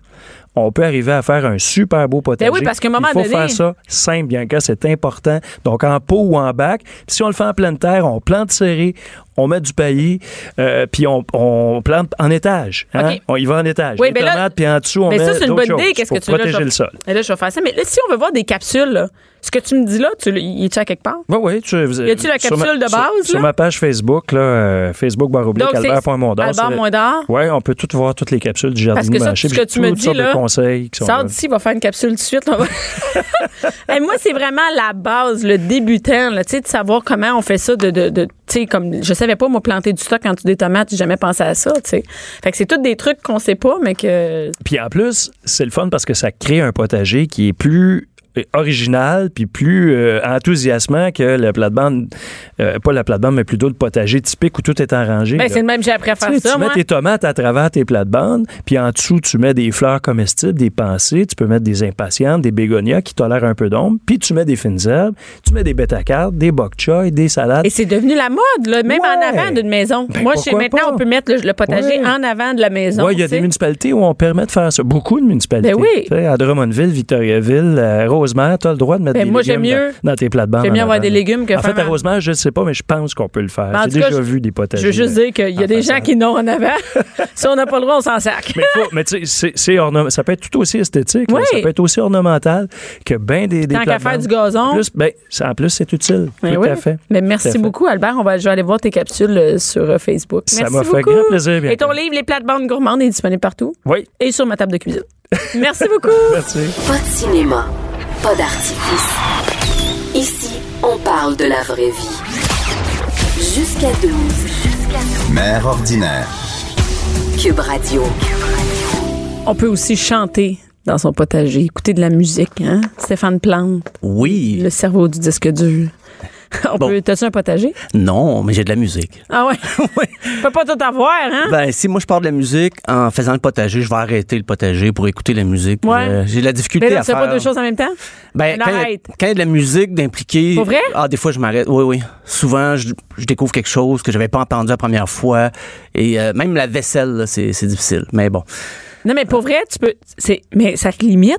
D: On peut arriver à faire un super beau potager.
C: Ben oui, parce qu'à un moment
D: Il faut
C: donné-
D: faire ça simple, bien que c'est important. Donc, en pot ou en bac, si on le fait en pleine terre, on plante serré, on met du paillis, euh, puis on, on plante en étage. hein.
C: OK.
D: On y va en étage.
C: Oui,
D: Les
C: ben là-
D: tomates, puis en dessous, on
C: Mais
D: met
C: ça, c'est une
D: d'autres
C: bonne idée.
D: choses
C: Qu'est-ce
D: pour
C: que tu veux
D: protéger le sol.
C: Et là, je vais faire ça. Mais là, si on veut voir des capsules, là, ce que tu me dis là, tu, le- y est-tu à quelque part?
D: Oui, oui. Tu, vous-
C: Y a-t-il la
D: sur ma-
C: capsule de
D: sur-
C: base,
D: Sur,
C: là?
D: ma page Facebook, là, euh, Facebook barre oblique,
C: Donc, c'est
D: albert.mondor.
C: Albert Moindard.
D: Oui, on peut tout voir, toutes les capsules du jardin
C: Parce que ça,
D: marché.
C: ce que tu me dis, là,
D: de conseils qui sont
C: Sors
D: là.
C: d'ici, va faire une capsule tout de suite.
D: *laughs*
C: on va- Hey, moi, c'est vraiment la base, le débutant, là, tu sais, de savoir comment on fait ça. De, de, de- tu sais, comme, je savais pas, moi, planter du stock en dessous des tomates, j'ai jamais pensé à ça. tu sais. Fait que c'est tous des trucs qu'on sait pas, mais que.
D: Puis en plus, c'est le fun parce que ça crée un potager qui est plus euh, original puis plus euh, enthousiasmant que la plate-bande, euh, pas la plate-bande, mais plutôt le potager typique où tout est arrangé.
C: Ben,
D: là.
C: c'est le même, j'ai appris à faire
D: Tu sais,
C: ça,
D: tu mets
C: moi.
D: tes tomates à travers tes plates-bandes, puis en dessous, tu mets des fleurs comestibles, des pensées, tu peux mettre des impatientes, des bégonias qui tolèrent un peu d'ombre, puis tu mets des fines herbes, tu mets des bêta-cartes, des bok choy, des salades.
C: Et c'est devenu la mode, là, même
D: Ouais.
C: en avant d'une maison.
D: Ben,
C: Moi, je sais,
D: pourquoi
C: maintenant,
D: pas?
C: on peut mettre le, le potager
D: Ouais.
C: en avant de la maison.
D: Oui, il y a
C: tu sais.
D: des municipalités où on permet de faire ça. Beaucoup de municipalités.
C: Ben oui.
D: Tu sais, à Drummondville, Victoriaville, à Rosemère, tu as le droit de mettre
C: Ben
D: des
C: moi,
D: légumes
C: j'aime
D: dans-
C: mieux-
D: dans, tes plates-bandes.
C: j'aime mieux
D: en
C: avoir
D: avant.
C: des légumes que
D: En fait,
C: faire
D: à
C: en-
D: Rosemère, je ne sais pas, mais je pense qu'on peut le faire.
C: Ben, en
D: J'ai
C: tout cas,
D: déjà
C: je-
D: vu des potagers.
C: Je veux juste dire qu'il y a
D: en
C: des
D: façade.
C: gens qui n'ont en avant.
D: *laughs*
C: si on n'a pas le droit, on s'en sac.
D: Mais, faut- mais tu sais, c'est- c'est ornem- ça peut être tout aussi esthétique, là.
C: Oui.
D: ça peut être aussi ornemental que bien des, des
C: Tant qu'à
D: plates-bandes.
C: faire du gazon.
D: En plus, ben, ça- en plus c'est utile.
C: Ben
D: tout
C: oui.
D: à fait.
C: Mais
D: Tout
C: merci
D: à fait.
C: beaucoup, Albert. On va, je vais aller voir tes capsules euh, sur euh, Facebook.
D: Ça
C: Merci
D: m'a fait
C: beaucoup.
D: grand plaisir, Bianca.
C: Et ton livre, Les plates-bandes gourmandes, est disponible partout
D: Oui,
C: et sur ma table de
D: *laughs*
C: cuisine. merci beaucoup.
D: merci.
A: Pas de cinéma, pas d'artifice. Ici, on parle de la vraie vie. Jusqu'à 12,
B: Mère ordinaire.
A: Cube Radio.
C: On peut aussi chanter dans son potager, écouter de la musique. Hein? Stéphane Plante,
E: Oui.
C: le cerveau du disque dur. *laughs* On
E: Bon.
C: peut. T'as-tu un
D: *laughs*
C: potager?
E: Non, mais j'ai de la musique.
C: Ah ouais? On peut pas tout avoir, hein?
E: Ben, si moi je pars de la musique en faisant le potager, je vais arrêter le potager pour écouter la musique.
C: Ouais.
E: Euh, j'ai de la
C: Mais
E: difficulté
C: là,
E: à
C: tu fais
E: faire.
C: pas deux choses en même temps?
E: Ben,
C: Mais
E: quand il y a-
C: arrête.
E: quand il y a de la musique d'impliquer.
C: Pour vrai?
E: Ah, des fois, je m'arrête. Oui, oui. Souvent, je, je découvre quelque chose que j'avais pas entendu la première fois. Et euh, même la vaisselle, là, c'est c'est difficile. Mais bon.
C: Non, mais pour vrai, tu peux. c'est- Mais ça te limite?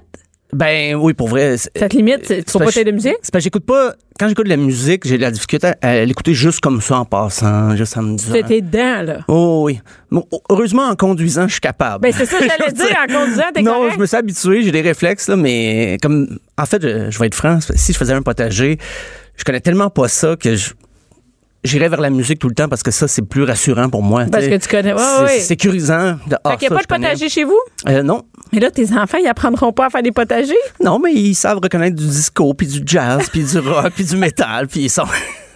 E: Ben, oui, pour vrai. c'est-
C: Ça te limite?
D: Euh,
C: c'est- Tu
E: C'est
C: peux pas
E: parce que-
C: t'aider de musique?
E: C'est parce que j'écoute pas. Quand j'écoute de la musique, j'ai de la difficulté à- à l'écouter juste comme ça en passant, juste en me disant.
C: T'es dedans, là.
E: Oh oui. Bon, heureusement, en conduisant, je suis capable.
C: Ben, c'est ça que j'allais
E: *laughs* Je veux
C: dire, en conduisant, t'es
E: Non,
C: correct?
E: je me suis habitué, j'ai des réflexes, là, mais comme. En fait, je, je vais être franc, si je faisais un potager, je connais tellement pas ça que je. J'irais vers la musique tout le temps parce que ça, c'est plus rassurant pour moi.
C: Parce
E: tu
C: que
E: sais.
C: tu connais- ouais,
E: C'est
C: ouais.
E: c'est sécurisant. De,
C: Fait
E: ah,
C: qu'il n'y a
E: ça,
C: pas de
E: je connais.
C: potager chez vous?
E: Euh, non.
C: Mais là, tes enfants, ils apprendront pas à faire des potagers?
E: Non, mais ils savent reconnaître du disco, puis du jazz, puis du rock, puis du métal, puis ils sont.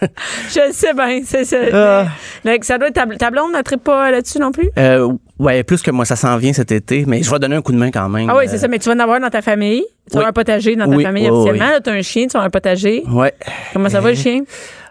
E: *laughs*
C: Je le sais bien, c'est ça.
E: Ah.
C: Mais- mais ça doit être ta, ta blonde n'attrape pas là-dessus non plus?
E: Euh, ouais, plus que moi, ça s'en vient cet été, mais je vais donner un coup de main quand même.
C: Ah oui, c'est
E: Euh,
C: ça, mais tu vas en avoir dans ta famille. Tu
E: oui.
C: as un potager dans ta
E: Oui,
C: famille
E: oui,
C: officiellement.
E: oui.
C: Là, tu as un chien, tu as un potager.
E: Ouais.
C: Comment ça va, le chien?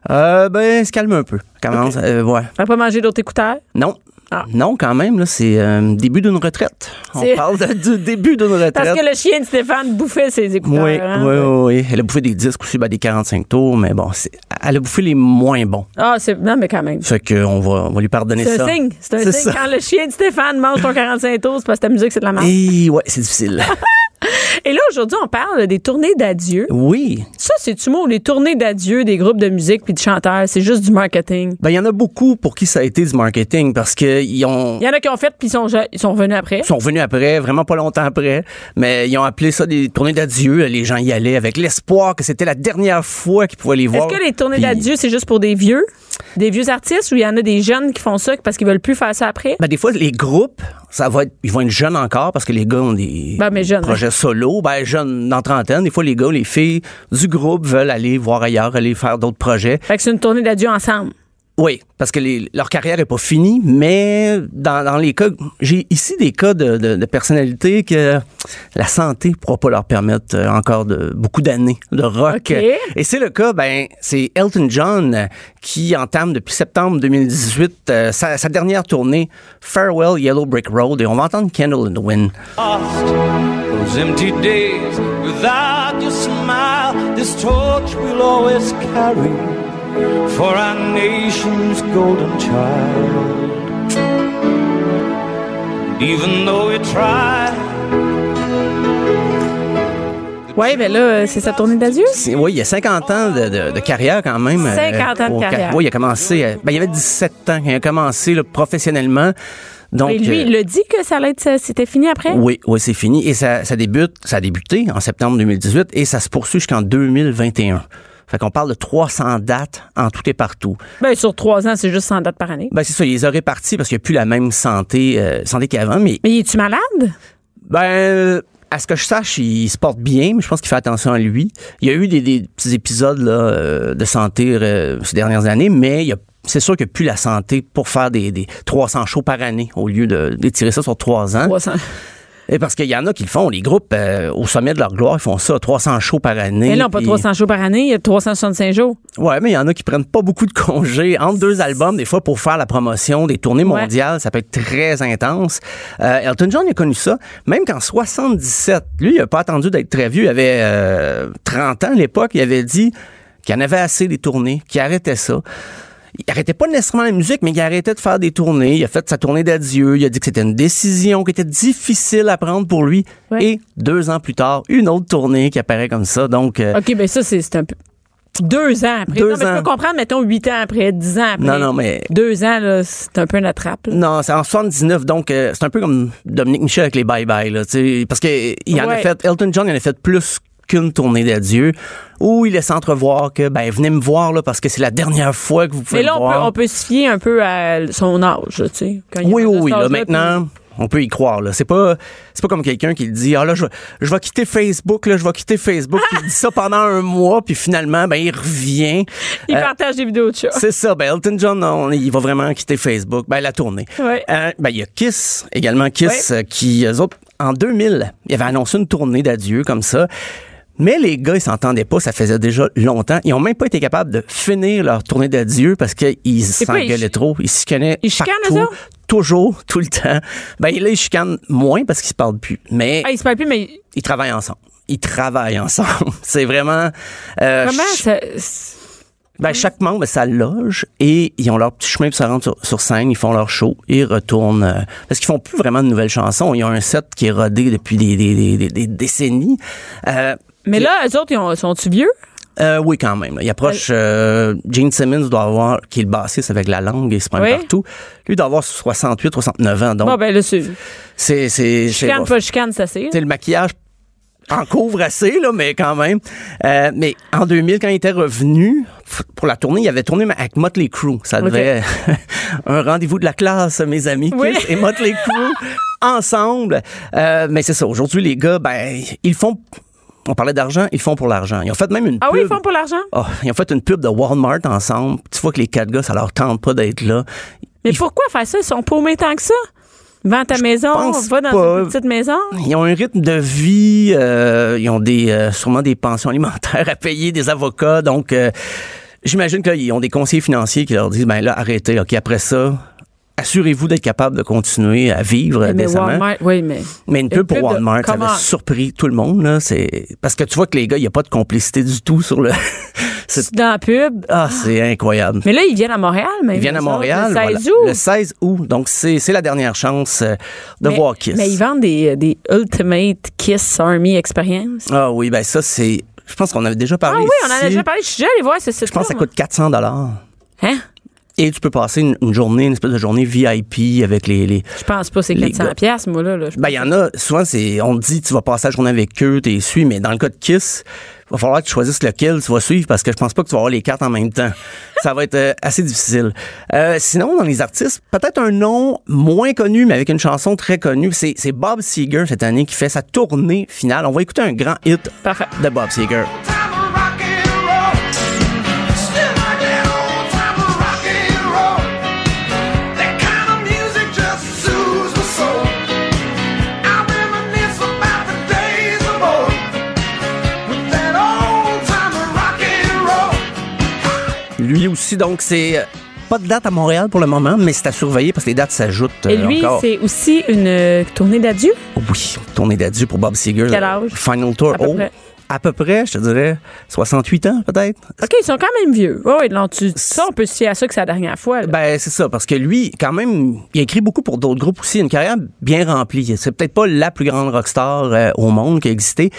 E: Euh, ben, se calme un peu. Commence. euh, ouais.
C: Tu pas mangé d'autres écouteurs?
E: Non.
C: Ah.
E: Non, quand même, là, c'est euh, début d'une retraite. On
C: C'est-
E: parle de- du début d'une retraite.
C: Parce que le chien de Stéphane bouffait ses écouteurs.
E: Oui,
C: hein?
E: oui, oui, oui. Elle a bouffé des disques aussi, ben, des 45 tours, mais bon, c'est- elle a bouffé les moins bons.
C: Ah, c'est. Non, mais quand même.
E: Fait qu'on va, on va lui pardonner
C: C'est
E: ça.
C: un signe. C'est un signe.
E: C'est ça.
C: Quand hein. le chien de Stéphane mange ton 45 tours, c'est parce que ta musique, c'est de la merde.
E: Et ouais,
C: *laughs*
E: c'est difficile.
C: Et là, aujourd'hui, on parle des tournées d'adieu.
E: oui.
C: Ça, c'est-tu mot? Les tournées d'adieu des groupes de musique puis de chanteurs, c'est juste du marketing.
E: Ben, il y en a beaucoup pour qui ça a été du marketing parce qu'ils ont.
C: Il y en a qui ont fait puis ils sont, ja- ils sont revenus après.
E: sont venus après, vraiment pas longtemps après, mais ils ont appelé ça des tournées d'adieu. Les gens y allaient avec l'espoir que c'était la dernière fois qu'ils pouvaient les
C: Est-ce
E: voir.
C: que les tournées
E: Puis-
C: d'adieu, c'est juste pour des vieux? Des vieux artistes ou il y en a des jeunes qui font ça parce qu'ils veulent plus faire ça après?
E: Ben, des fois, les groupes, ça va être, ils vont être jeunes encore parce que les gars ont des
C: Ben, mais jeunes,
E: projets solo. Ben, jeunes dans trentaine. Des fois, les gars, les filles du groupe veulent aller voir ailleurs, aller faire d'autres projets.
C: Fait que c'est une tournée d'adieu ensemble.
E: Oui, parce que les- leur carrière est pas finie, mais dans, dans les cas, j'ai ici des cas de, de, de personnalités que la santé pourra pas leur permettre euh, encore de beaucoup d'années de rock.
C: OK.
E: Et c'est le cas, ben, c'est Elton John euh, qui entame depuis septembre 2018 euh, sa, sa dernière tournée Farewell Yellow Brick Road et on va entendre Candle in the Wind.
F: Those empty days without your smile, this torch we'll always carry for our nation's golden child. Even though we try,
C: Oui, ben là, euh, c'est sa tournée d'adieu?
E: C'est- Oui, il y a 50 ans de, de- de carrière quand même. euh,
C: 50 ans de
E: au-
C: carrière.
E: Oui, il a commencé, euh, ben, il avait 17 ans quand il a commencé là, professionnellement. Donc,
C: Et Ben, lui,
E: euh,
C: il le dit que ça allait être, ça- c'était fini après?
E: Oui, oui, c'est fini. Et ça, ça débute, ça a débuté en septembre 2018 et ça se poursuit jusqu'en 2021. Fait qu'on parle de 300 dates en tout et partout.
C: Ben, sur trois ans, c'est juste 100 dates par année.
E: Ben, c'est ça, ils les ont répartis parce qu'il n'y a plus la même santé, euh, santé qu'avant, mais
C: Mais es-tu malade?
E: ben, euh, à ce que je sache, il se porte bien, mais je pense qu'il fait attention à lui. Il y a eu des, des petits épisodes là, euh, de santé euh, ces dernières années, mais il y a- c'est sûr qu'il n'y a plus la santé pour faire des, des 300 shows par année au lieu de- d'étirer ça sur trois ans.
C: 300.
E: Et parce qu'il y en a qui le font, les groupes euh, au sommet de leur gloire, ils font ça, 300 shows par année.
C: Mais Eh non, pas
E: puis-
C: 300 jours par année, il y a 365 jours.
E: Ouais, mais il y en a qui prennent pas beaucoup de congés entre deux albums, des fois pour faire la promotion des tournées
C: Ouais.
E: mondiales, ça peut être très intense. Euh, Elton John il a connu ça, même qu'en 77, lui, il a pas attendu d'être très vieux, il avait euh, 30 ans à l'époque, il avait dit qu'il en avait assez des tournées, qu'il arrêtait ça. Il arrêtait pas nécessairement la musique, mais il arrêtait de faire des tournées. Il a fait sa tournée d'adieu. Il a dit que c'était une décision qui était difficile à prendre pour lui.
C: Ouais.
E: Et deux ans plus tard, une autre tournée qui apparaît comme ça. Donc, euh,
C: OK, ben ça, c'est c'est un peu. Deux ans après.
E: Deux
C: non, mais je
E: ans.
C: peux comprendre, mettons, huit ans après, dix ans après.
E: Non, non, mais-
C: Deux ans, là, c'est un peu une attrape. là.
E: Non, c'est en 79, donc euh, c'est un peu comme Dominique Michel avec les bye-bye, là, tu sais, parce que euh, il en a
C: Ouais.
E: fait, Elton John il en a fait plus qu'une tournée d'adieu, où il laisse entrevoir que, ben, venez me voir, là, parce que c'est la dernière fois que vous pouvez
C: Mais là,
E: me
C: on peut,
E: voir.
C: on peut se fier un peu à son âge, là, tu sais. quand il
E: Oui,
C: est
E: oui,
C: de cet
E: oui, là,
C: âge-là,
E: maintenant, on peut y croire, là. C'est pas, c'est pas comme quelqu'un qui dit, ah, là, je, vais- je vais quitter Facebook, là, je vais quitter Facebook, puis il dit ça pendant un mois, puis finalement, ben, il revient.
C: puis Il
E: Euh,
C: partage des vidéos de chat.
E: C'est ça, ben Elton John, on- il va vraiment quitter Facebook, ben la tournée.
C: Ouais.
E: Euh, ben, il y a Kiss, également Kiss, euh, qui, eux autres, en 2000, ils avaient annoncé une tournée d'adieu comme ça. Mais les gars, ils s'entendaient pas, ça faisait déjà longtemps. Ils ont même pas été capables de finir leur tournée d'adieu parce qu'ils
C: quoi, ils
E: s'engueulaient
C: chi-
E: trop. Ils se chicaient
C: Ils chicanent, eux
E: partout,
C: autres?
E: toujours, *laughs* tout le temps. Ben là, ils chicanent moins parce qu'ils se parlent plus. Mais
C: Ah, il se parle plus, mais
E: ils travaillent ensemble. Ils travaillent ensemble. *laughs* C'est vraiment... euh,
C: comment
E: ch-
C: ça. c'est-
E: ben, chaque membre a sa loge et ils ont leur petit chemin pour se rendre sur, sur scène, ils font leur show et ils retournent. euh, parce qu'ils font plus vraiment de nouvelles chansons. Ils ont un set qui est rodé depuis des, des, des, des- des décennies. Euh,
C: Mais là, eux autres, ils ont- sont-tu vieux?
E: euh, oui, quand même. là. Il approche. euh, Gene Simmons doit avoir, qui est le bassiste avec la langue, il se prend
C: Oui.
E: partout. Lui doit avoir 68, 69 ans. Donc,
C: Bon, ben là, c'est.
E: c'est. Oh. c'est- c'est
C: Chicane,
E: rough.
C: pas chicane, c'est assez. là.
E: Tu sais, le maquillage en couvre assez, là, mais quand même. Euh, mais en 2000, quand il était revenu f- pour la tournée, il avait tourné avec Motley Crue. Ça devait *laughs* un rendez-vous de la classe, mes amis.
C: Oui.
E: Kiss et Motley
C: *laughs*
E: Crue ensemble. Euh, mais c'est ça. Aujourd'hui, les gars, ben, ils font. On parlait d'argent, ils font pour l'argent. Ils ont fait même une
C: Ah
E: pub.
C: oui, ils font pour l'argent?
E: Oh, ils ont fait une pub de Walmart ensemble. Tu vois que les quatre gars, ça leur tente pas d'être là.
C: Mais
E: Ils-
C: pourquoi faire ça? Ils sont paumés tant que ça? Vends ta maison,
E: pense
C: va dans
E: pas.
C: une petite maison.
E: Ils ont un rythme de vie, euh, ils ont des euh, sûrement des pensions *laughs* alimentaires à payer, des avocats, donc euh, j'imagine qu'ils ont des conseillers financiers qui leur disent ben là arrêtez, ok après ça assurez-vous d'être capable de continuer à vivre euh,
C: Eh, mais
E: décemment.
C: Walmart, oui, mais.
E: Mais une pub pour
C: de-
E: Walmart, ça
C: comment-
E: avait surpris tout le monde. Là. C'est... Parce que tu vois que les gars, il n'y a pas de complicité du tout sur le... *laughs* c'est...
C: Dans la pub.
E: Ah, c'est incroyable.
C: Mais là, ils viennent à Montréal, mais.
E: Ils viennent à
C: eux autres,
E: Montréal
C: Le
E: voilà,
C: 16 août.
E: le 16 août. Donc, c'est, c'est la dernière chance euh, de
C: mais,
E: voir Kiss.
C: Mais ils vendent des, euh, des Ultimate Kiss Army Experience.
E: Ah oui, ben ça, c'est... Je pense qu'on avait déjà
C: Ah
E: parlé
C: oui, on en a
E: ici.
C: déjà parlé. Je suis déjà allée voir ce site
E: Je pense que ça coûte 400 dollars.
C: Hein?
E: Et tu peux passer une, une journée, une espèce de journée VIP avec les... les...
C: Je pense pas, c'est
E: Les
C: 400
E: gars.
C: piastres, moi, là. là. Je
E: Ben, il y en a, souvent, c'est, on dit, tu vas passer la journée avec eux, t'es suis, mais dans le cas de Kiss, il va falloir que tu choisisses lequel tu vas suivre parce que je pense pas que tu vas avoir les cartes en même temps. Ça va être euh, assez difficile. Euh, sinon, dans les artistes, peut-être un nom moins connu, mais avec une chanson très connue, c'est, c'est Bob Seger cette année qui fait sa tournée finale. On va écouter un grand hit
C: Parfait.
E: de Bob Seger. Lui aussi, donc, c'est euh, pas de date à Montréal pour le moment, mais c'est à surveiller parce que les dates s'ajoutent euh,
C: Et lui,
E: encore.
C: c'est aussi une euh, tournée d'adieu.
E: Oui, tournée d'adieu pour Bob Seger.
C: Quel âge?
E: Final Tour.
C: À peu
E: oh,
C: près.
E: à peu près, je te dirais 68 ans peut-être.
C: OK, ils sont quand même vieux. Oui, oui, non, tu- ça, on peut se fier à ça que c'est la dernière fois. là.
E: Ben c'est ça, parce que lui, quand même, il a écrit beaucoup pour d'autres groupes aussi, une carrière bien remplie. C'est peut-être pas la plus grande rockstar euh, au monde qui a existé,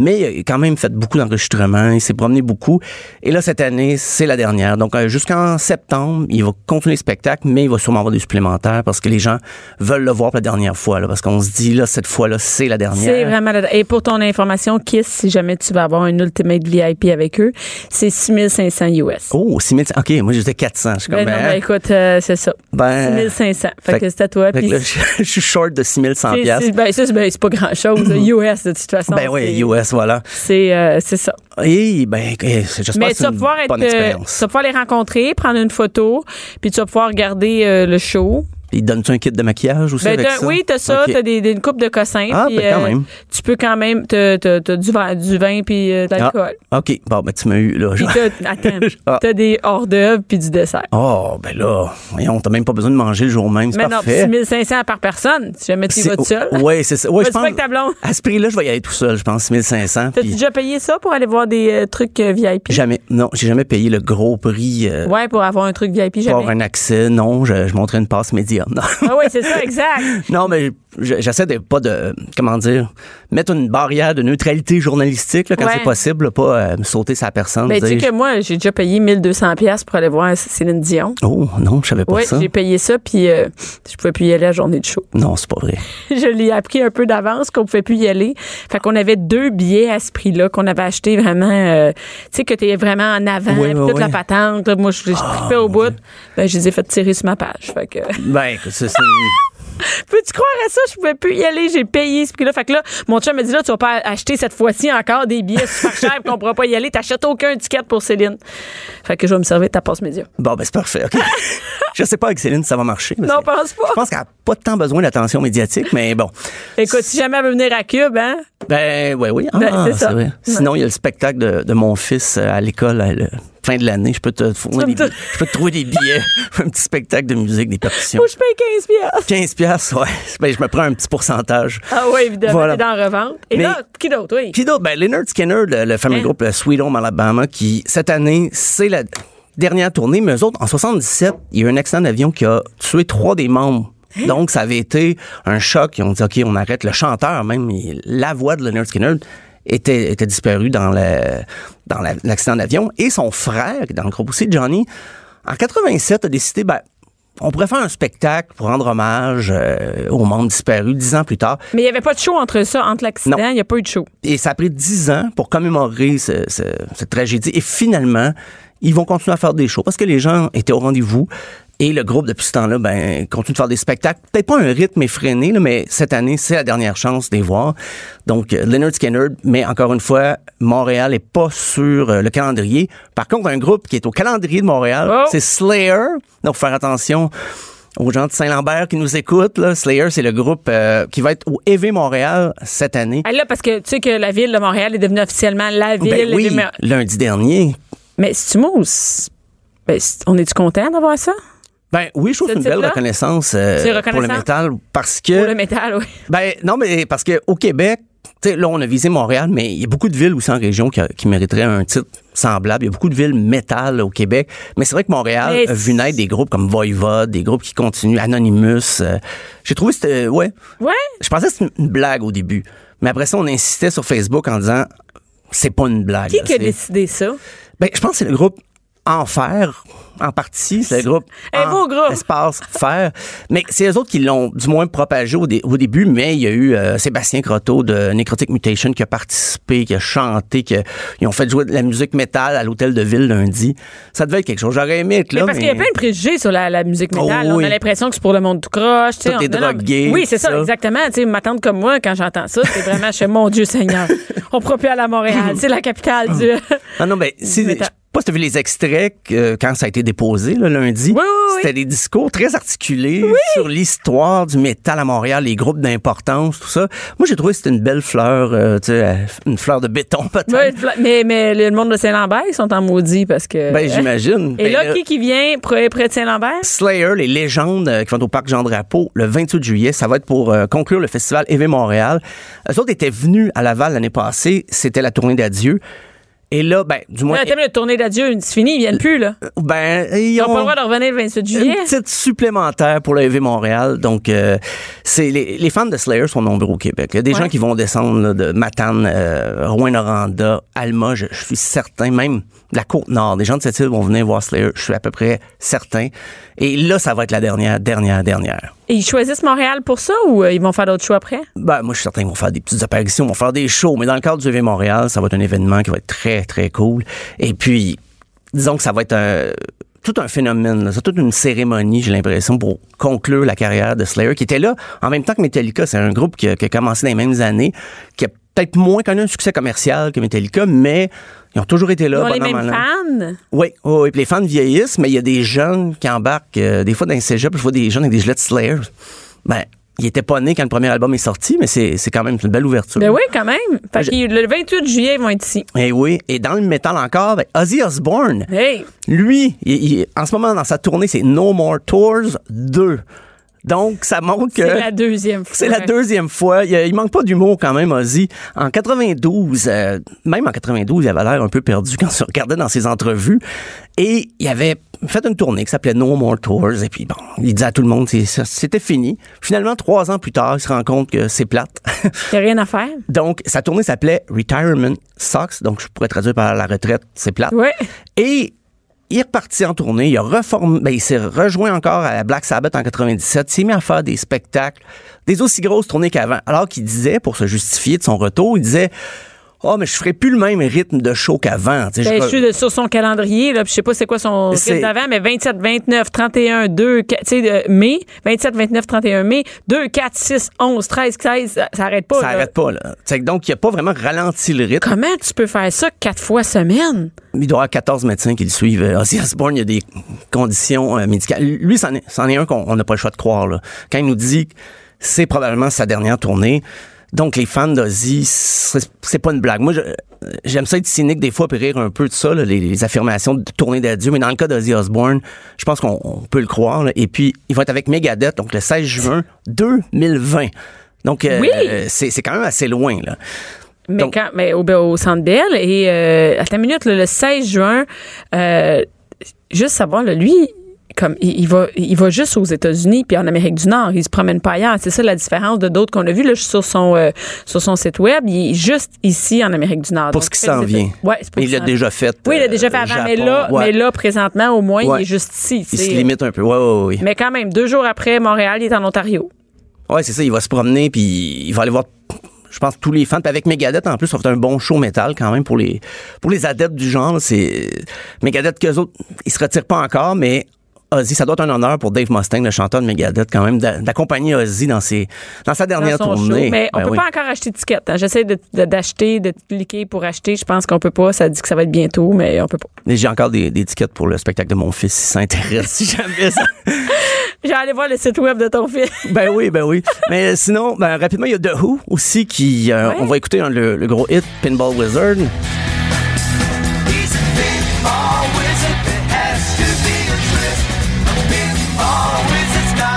E: mais il a quand même fait beaucoup d'enregistrements, il s'est promené beaucoup. Et là, cette année, c'est la dernière. Donc euh, jusqu'en septembre, il va continuer le spectacle, mais il va sûrement avoir des supplémentaires parce que les gens veulent le voir pour la dernière fois, là, parce qu'on se dit, là, cette fois-là, c'est la dernière.
C: C'est vraiment la- Et pour ton information, Kiss, si jamais tu vas avoir un Ultimate VIP avec eux, c'est 6500 US.
E: Oh, 6000. OK, moi, j'étais 400. Je suis
C: Ben
E: comme,
C: non,
E: ben,
C: ben écoute, euh, c'est ça.
E: Ben,
C: 6500. Fait,
E: fait-
C: que c'est à toi.
E: fait que
C: puis
E: là, *laughs* je, je suis short de 6100
C: c'est-
E: piastres.
C: c'est- ben, ça, c'est ben, c'est pas
E: *clears throat*
C: grand-chose. là. US, de toute façon.
E: Ben oui,
C: c'est-
E: US, voilà.
C: C'est euh, c'est ça.
E: Et ben, eh, c'est- j'espère
C: Mais
E: que
C: tu
E: c'est
C: vas
E: une
C: pouvoir être,
E: bonne
C: euh, tu
E: expérience.
C: vas pouvoir les rencontrer, prendre une photo, puis tu vas pouvoir regarder euh, le show.
E: Ils donnent-tu un kit de maquillage aussi
C: Ben,
E: avec
C: t'as-
E: ça?
C: Oui, t'as ça,
E: OK.
C: t'as des, des- une coupe de cossin.
E: Ah,
C: puis, euh,
E: ben, quand même.
C: Tu peux quand même, t'as t'as- t'as du vin, du vin puis euh, de l'alcool.
E: Ah, OK, bon, ben tu m'as eu, là.
C: Puis
E: genre. *laughs*
C: t'as, attends,
E: Ah.
C: t'as des hors d'œuvre puis du dessert.
E: Oh, ben là, voyons, t'as même pas besoin de manger le jour même, c'est
C: Mais
E: parfait.
C: non, 6500 par personne, si jamais tu y vas tout seul.
E: Oui, c'est ça. Ouais, je
C: Vas-tu pas
E: pense,
C: avec ta blonde?
E: à ce prix-là, je vais y aller tout seul, je pense, 6500.
C: T'as-tu
E: puis
C: déjà payé ça pour aller voir des euh, trucs euh, VIP?
E: Jamais, non, j'ai jamais payé le gros prix euh,
C: Ouais, pour avoir un truc VIP,
E: pour
C: jamais.
E: avoir un accès. Non, je, je montrais une passe médium. Non. *laughs*
C: Ah oui, c'est ça, exact.
E: Non, mais je- j'essaie de pas de comment dire mettre une barrière de neutralité journalistique là, quand
C: Ouais.
E: c'est possible, là, pas euh, me sauter sa personne.
C: Ben, tu sais
E: dire,
C: que moi, j'ai déjà payé 1200 pièces pour aller voir Céline Dion.
E: Oh non, je savais pas
C: Oui,
E: ça.
C: j'ai payé ça, puis euh, je pouvais plus y aller la journée de show. *laughs*
E: Non, c'est pas vrai.
C: je l'ai appris un peu d'avance qu'on pouvait plus y aller. Fait qu'on avait deux billets à ce prix-là qu'on avait acheté vraiment, euh, tu sais, que t'es vraiment en avant,
E: Oui,
C: puis
E: oui,
C: toute la
E: oui.
C: patente. là. moi, je, je tripais au bout. Ben, je les ai fait tirer sur ma page. Fait que... *laughs*
E: Ben, écoute, c'est
C: Peux-tu croire à ça? Je pouvais plus y aller. J'ai payé ce prix-là. Fait que là, mon chum m'a dit, là, tu vas pas acheter cette fois-ci encore des billets super chers qu'on pourra pas y aller. T'achètes aucun ticket pour Céline. Fait que je vais me servir de ta passe média.
E: bon, ben c'est parfait. ok. je sais pas avec Céline si ça va marcher. parce
C: Non,
E: que
C: pense pas.
E: Je pense qu'elle a pas tant besoin d'attention médiatique, mais bon.
C: Écoute, si jamais elle veut venir à Cube, hein?
E: Ben oui, oui. Ah,
C: Ben, c'est ça.
E: vrai. Sinon, il y a le spectacle de, de mon fils euh, à l'école à la fin de l'année. Je peux te fournir
C: Tu
E: des
C: vas me
E: billets. Je peux te trouver des billets. *laughs* un petit spectacle de musique, des percussions.
C: Faut que je paye 15 piastres.
E: 15 piastres, ouais. Ben, je me prends un petit pourcentage.
C: Ah oui, évidemment,
E: Voilà.
C: t'es dans la revente. Et
E: Mais-
C: là, qui d'autre, oui?
E: Puis d'autres, ben, Leonard Skinner, le, le fameux
C: Hein?
E: groupe le Sweet Home Alabama, qui, cette année, c'est la dernière tournée, mais eux autres, en 77, il y a eu un accident d'avion qui a tué trois des membres.
C: Hein?
E: Donc, ça avait été un choc. Ils ont dit, OK, on arrête. Le chanteur, même, il- la voix de Leonard Skinner était, était disparue dans le- dans la- l'accident d'avion. Et son frère, qui est dans le groupe aussi, Johnny, en 87, a décidé, ben, on pourrait faire un spectacle pour rendre hommage euh, aux membres disparus dix ans plus tard.
C: Mais il n'y avait pas de show entre ça, entre l'accident,
E: Non.
C: il n'y a pas eu de show.
E: Et ça a pris dix ans pour commémorer ce- ce- cette tragédie. Et finalement, ils vont continuer à faire des shows parce que les gens étaient au rendez-vous. Et le groupe, depuis ce temps-là, ben, continue de faire des spectacles. Peut-être pas un rythme effréné, là, mais cette année, c'est la dernière chance de les voir. Donc, euh, Leonard Skinner, mais encore une fois, Montréal est pas sur euh, le calendrier. Par contre, un groupe qui est au calendrier de Montréal,
C: Oh!
E: c'est Slayer. Donc, faut faire attention aux gens de Saint-Lambert qui nous écoutent. Là. Slayer, c'est le groupe euh, qui va être au EV Montréal cette année.
C: Ah, Là, parce que tu sais que la ville de Montréal est devenue officiellement la ville.
E: Ben
C: est
E: oui,
C: devenue-
E: lundi dernier.
C: Mais si tu m'oses, ben, si- on est-tu content d'avoir ça?
E: Ben oui, je trouve
C: Ce
E: une belle
C: titre-là?
E: reconnaissance, euh,
C: C'est
E: pour le
C: reconnaissant?
E: métal parce que
C: Pour le métal, oui.
E: Ben non, mais parce que au Québec, tu sais, là, on a visé Montréal, mais il y a beaucoup de villes aussi en région qui, qui mériteraient un titre semblable. Il y a beaucoup de villes métal au Québec. Mais c'est vrai que Montréal
C: Mais
E: a vu naître des groupes comme Voivode, des groupes qui continuent, Anonymous. euh, J'ai trouvé que c'était. Ouais.
C: Ouais.
E: Je pensais que c'était une blague au début. Mais après ça, on insistait sur Facebook en disant c'est pas une blague.
C: Qui
E: là,
C: qui a
E: c'est-
C: décidé ça?
E: ben, je pense que c'est le groupe Enfer, en partie. C'est le groupe
C: *laughs* Un
E: En-
C: beau groupe.
E: Espace Fer. Mais c'est eux autres qui l'ont du moins propagé au, dé- au début, mais il y a eu euh, Sébastien Croteau de Necrotic Mutation qui a participé, qui a chanté, qui a- ils ont fait jouer de la musique métal à l'hôtel de ville lundi. Ça devait être quelque chose. J'aurais aimé être là,
C: Mais parce qu'il y a plein de préjugés sur la, la musique métal.
E: Oh oui.
C: On a l'impression que c'est pour le monde tout croche. tu sais,
E: Toutes
C: on-
E: les
C: non, non,
E: drogues gays,
C: Oui, c'est
E: tout
C: ça,
E: ça.
C: exactement. Tu sais, ma tante comme moi, quand j'entends ça, c'est vraiment chez mon Dieu
E: *laughs*
C: Seigneur. On pourra plus aller à Montréal. C'est la capitale du.
E: Non, non, mais si, je sais
C: Métal.
E: pas si tu as vu les extraits euh, quand ça a été déposé là, lundi.
C: Oui, oui,
E: C'était des discours très articulés sur l'histoire du métal à Montréal, les groupes d'importance, tout ça. Moi, j'ai trouvé que c'était une belle fleur, euh, tu sais, euh, une fleur de béton *laughs* peut-être.
C: Ouais, mais, mais le monde de Saint-Lambert, ils sont en maudit parce que. hein?
E: Ben, j'imagine.
C: Et
E: Ben,
C: là,
E: là-
C: qui qui vient près, près de Saint-Lambert?
E: Slayer, les légendes euh, qui vont au parc Jean Drapeau le 28 juillet. Ça va être pour euh, conclure le festival EV Montréal. Eux autres étaient venus à Laval l'année passée. C'était la tournée d'adieu. Et là, ben, du moins,
C: Là, t'as mis le tournée d'adieu, c'est fini, ils viennent plus, là.
E: ben, ils
C: Ils n'ont pas
E: ont-
C: le droit de revenir le 28
E: Une
C: juillet.
E: petite supplémentaire pour le EV Montréal. Donc, euh, c'est les, les fans de Slayer sont nombreux au Québec. Il y a des gens qui vont descendre là, de Matane, euh, Rouyn-Noranda, Alma, je, je suis certain, même de la Côte-Nord. Des gens de cette île vont venir voir Slayer, je suis à peu près certain. Et là, ça va être la dernière, dernière, dernière.
C: Et ils choisissent Montréal pour ça ou euh, ils vont faire d'autres choix après?
E: Ben, moi, je suis certain qu'ils vont faire des petites apparitions, ils vont faire des shows. Mais dans le cadre du EV Montréal, ça va être un événement qui va être très, très cool. Et puis, disons que ça va être un- tout un phénomène. là. C'est toute une cérémonie, j'ai l'impression, pour conclure la carrière de Slayer, qui était là en même temps que Metallica. C'est un groupe qui a, qui a commencé dans les mêmes années, qui a peut-être moins connu un succès commercial que Metallica, mais ils ont toujours été là.
C: ils ont les
E: bon an,
C: mêmes
E: mal an.
C: fans.
E: Oui, oui, oui. Puis les fans vieillissent, mais il y a des jeunes qui embarquent. euh, des fois, dans les cégeps, je vois des jeunes avec des gilets de Slayer. Ben, ils étaient pas nés quand le premier album est sorti, mais c'est c'est quand même une belle ouverture.
C: Ben oui, quand même. Fait
E: Je-
C: que le 28 juillet, ils vont être ici.
E: Et oui. Et dans le métal encore, ben, Ozzy Osbourne,
C: Hey!
E: lui, il- il- en ce moment, dans sa tournée, c'est No More Tours 2. Donc, ça montre que...
C: C'est la deuxième fois.
E: C'est la deuxième fois. Il, il manque pas d'humour quand même, Ozzy. En 92, euh, même en 92, il avait l'air un peu perdu quand on se regardait dans ses entrevues. Et il avait fait une tournée qui s'appelait No More Tours. Et puis bon, il disait à tout le monde, c'est- ça, c'était fini. Finalement, trois ans plus tard, il se rend compte que c'est plate. *laughs*
C: Il n'y a rien à faire.
E: donc, sa tournée s'appelait Retirement Sucks. Donc, je pourrais traduire par la retraite, c'est plate.
C: Oui.
E: Et il est reparti en tournée. Il a reformé, ben, il s'est rejoint encore à la Black Sabbath en 97. Il s'est mis à faire des spectacles, des aussi grosses tournées qu'avant. Alors qu'il disait, pour se justifier de son retour, il disait, oh, mais je ferai plus le même rythme de show qu'avant. Tu sais,
C: Ben,
E: je-
C: je suis de- sur son calendrier, là, puis je sais pas c'est quoi son
E: C'est-
C: rythme d'avant, mais 27, 29, 31, 2, 4, tu sais, euh, mai, 27, 29, 31 mai, 2, 4, 6, 11, 13, 16, ça ça arrête pas. là.
E: ça arrête pas, là. Tu sais, donc, il a pas vraiment ralenti le rythme.
C: Comment tu peux faire ça quatre fois semaine?
E: Il doit y avoir 14 médecins qui le suivent. Euh, Ozzy Osbourne, il y a des conditions euh, médicales. Lui, c'en est, c'en est un qu'on on n'a pas le choix de croire. Là. Quand il nous dit que c'est probablement sa dernière tournée, donc les fans d'Ozzy, c'est c'est pas une blague. Moi, je- euh, j'aime ça être cynique des fois puis rire un peu de ça, là, les, les affirmations de tournée d'adieu. Mais dans le cas d'Ozzy Osbourne, je pense qu'on on peut le croire. là. Et puis, il va être avec Megadeth, donc le 16 juin 2020. Donc, euh,
C: Oui!
E: euh, c'est c'est quand même assez loin. Là.
C: Mais
E: Donc-
C: quand, mais au, ben, au Centre Bell et euh, à la minute là, le 16 juin, euh, juste savoir là, lui. Comme il, il va, il va juste aux États-Unis puis en Amérique du Nord, il se promène pas ailleurs. C'est ça la différence de d'autres qu'on a vu là. Je suis sur son euh, sur son site web, il est juste ici en Amérique du Nord.
E: Pour
C: Donc,
E: ce qui
C: il fait
E: s'en
C: les
E: vient.
C: États- Ouais, c'est pour ce
E: Mais il
C: qui
E: l'a
C: s'en-
E: déjà fait.
C: Oui, il l'a
E: euh,
C: déjà fait avant, mais
E: Japon.
C: là,
E: Ouais.
C: mais là présentement au moins
E: Ouais.
C: il est juste ici. tu
E: Il se
C: sais.
E: limite un peu. Ouais, ouais, ouais.
C: Mais quand même, deux jours après Montréal, il est en Ontario.
E: Ouais, c'est ça. Il va se promener, puis il va aller voir, je pense, tous les fans. Puis avec Megadeth, en plus, ça va être un bon show métal quand même pour les, pour les adeptes du genre. là, C'est Megadeth, qu'eux autres, ils se retirent pas encore, mais Ozzy, ça doit être un honneur pour Dave Mustaine, le chanteur de Megadeth, quand même, d'a- d'accompagner Ozzy dans, ses, dans sa
C: dans
E: dernière
C: son
E: tournée.
C: show. Mais on
E: Ben
C: peut
E: oui.
C: pas encore acheter d'étiquette. hein. J'essaie de- de- d'acheter, de, cliquer pour acheter. Je pense qu'on peut pas. Ça dit que ça va être bientôt, mais on peut pas.
E: Mais J'ai encore des, des tickets pour le spectacle de mon fils, s'il s'intéresse, si jamais ça.
C: J'ai allé voir le site web de ton film.
E: Ben oui, ben oui. Mais sinon, ben, rapidement, il y a The Who aussi qui. euh,
C: Ouais.
E: On va écouter hein, le, le gros hit Pinball Wizard.
G: He's a pinball wizard. There has to be a twist. A pinball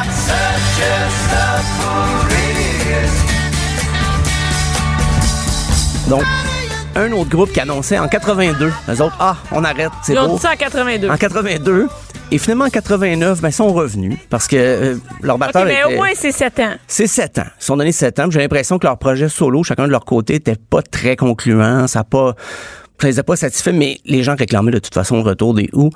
E: Donc, un autre groupe qui annonçait en 82, eux autres, ah, on arrête, c'est
C: Ils ont
E: beau.
C: dit ça en 82.
E: En 82. Et finalement, en 89, ben, ils sont revenus parce que euh, leur batteur
C: OK, mais
E: était-
C: au moins, c'est 7 ans.
E: c'est sept ans. Ils se sont donné sept ans. puis J'ai l'impression que leur projet solo, chacun de leur côté, était pas très concluant. Ça a pas, ça les a pas satisfaits, mais les gens réclamaient de toute façon le retour des Who.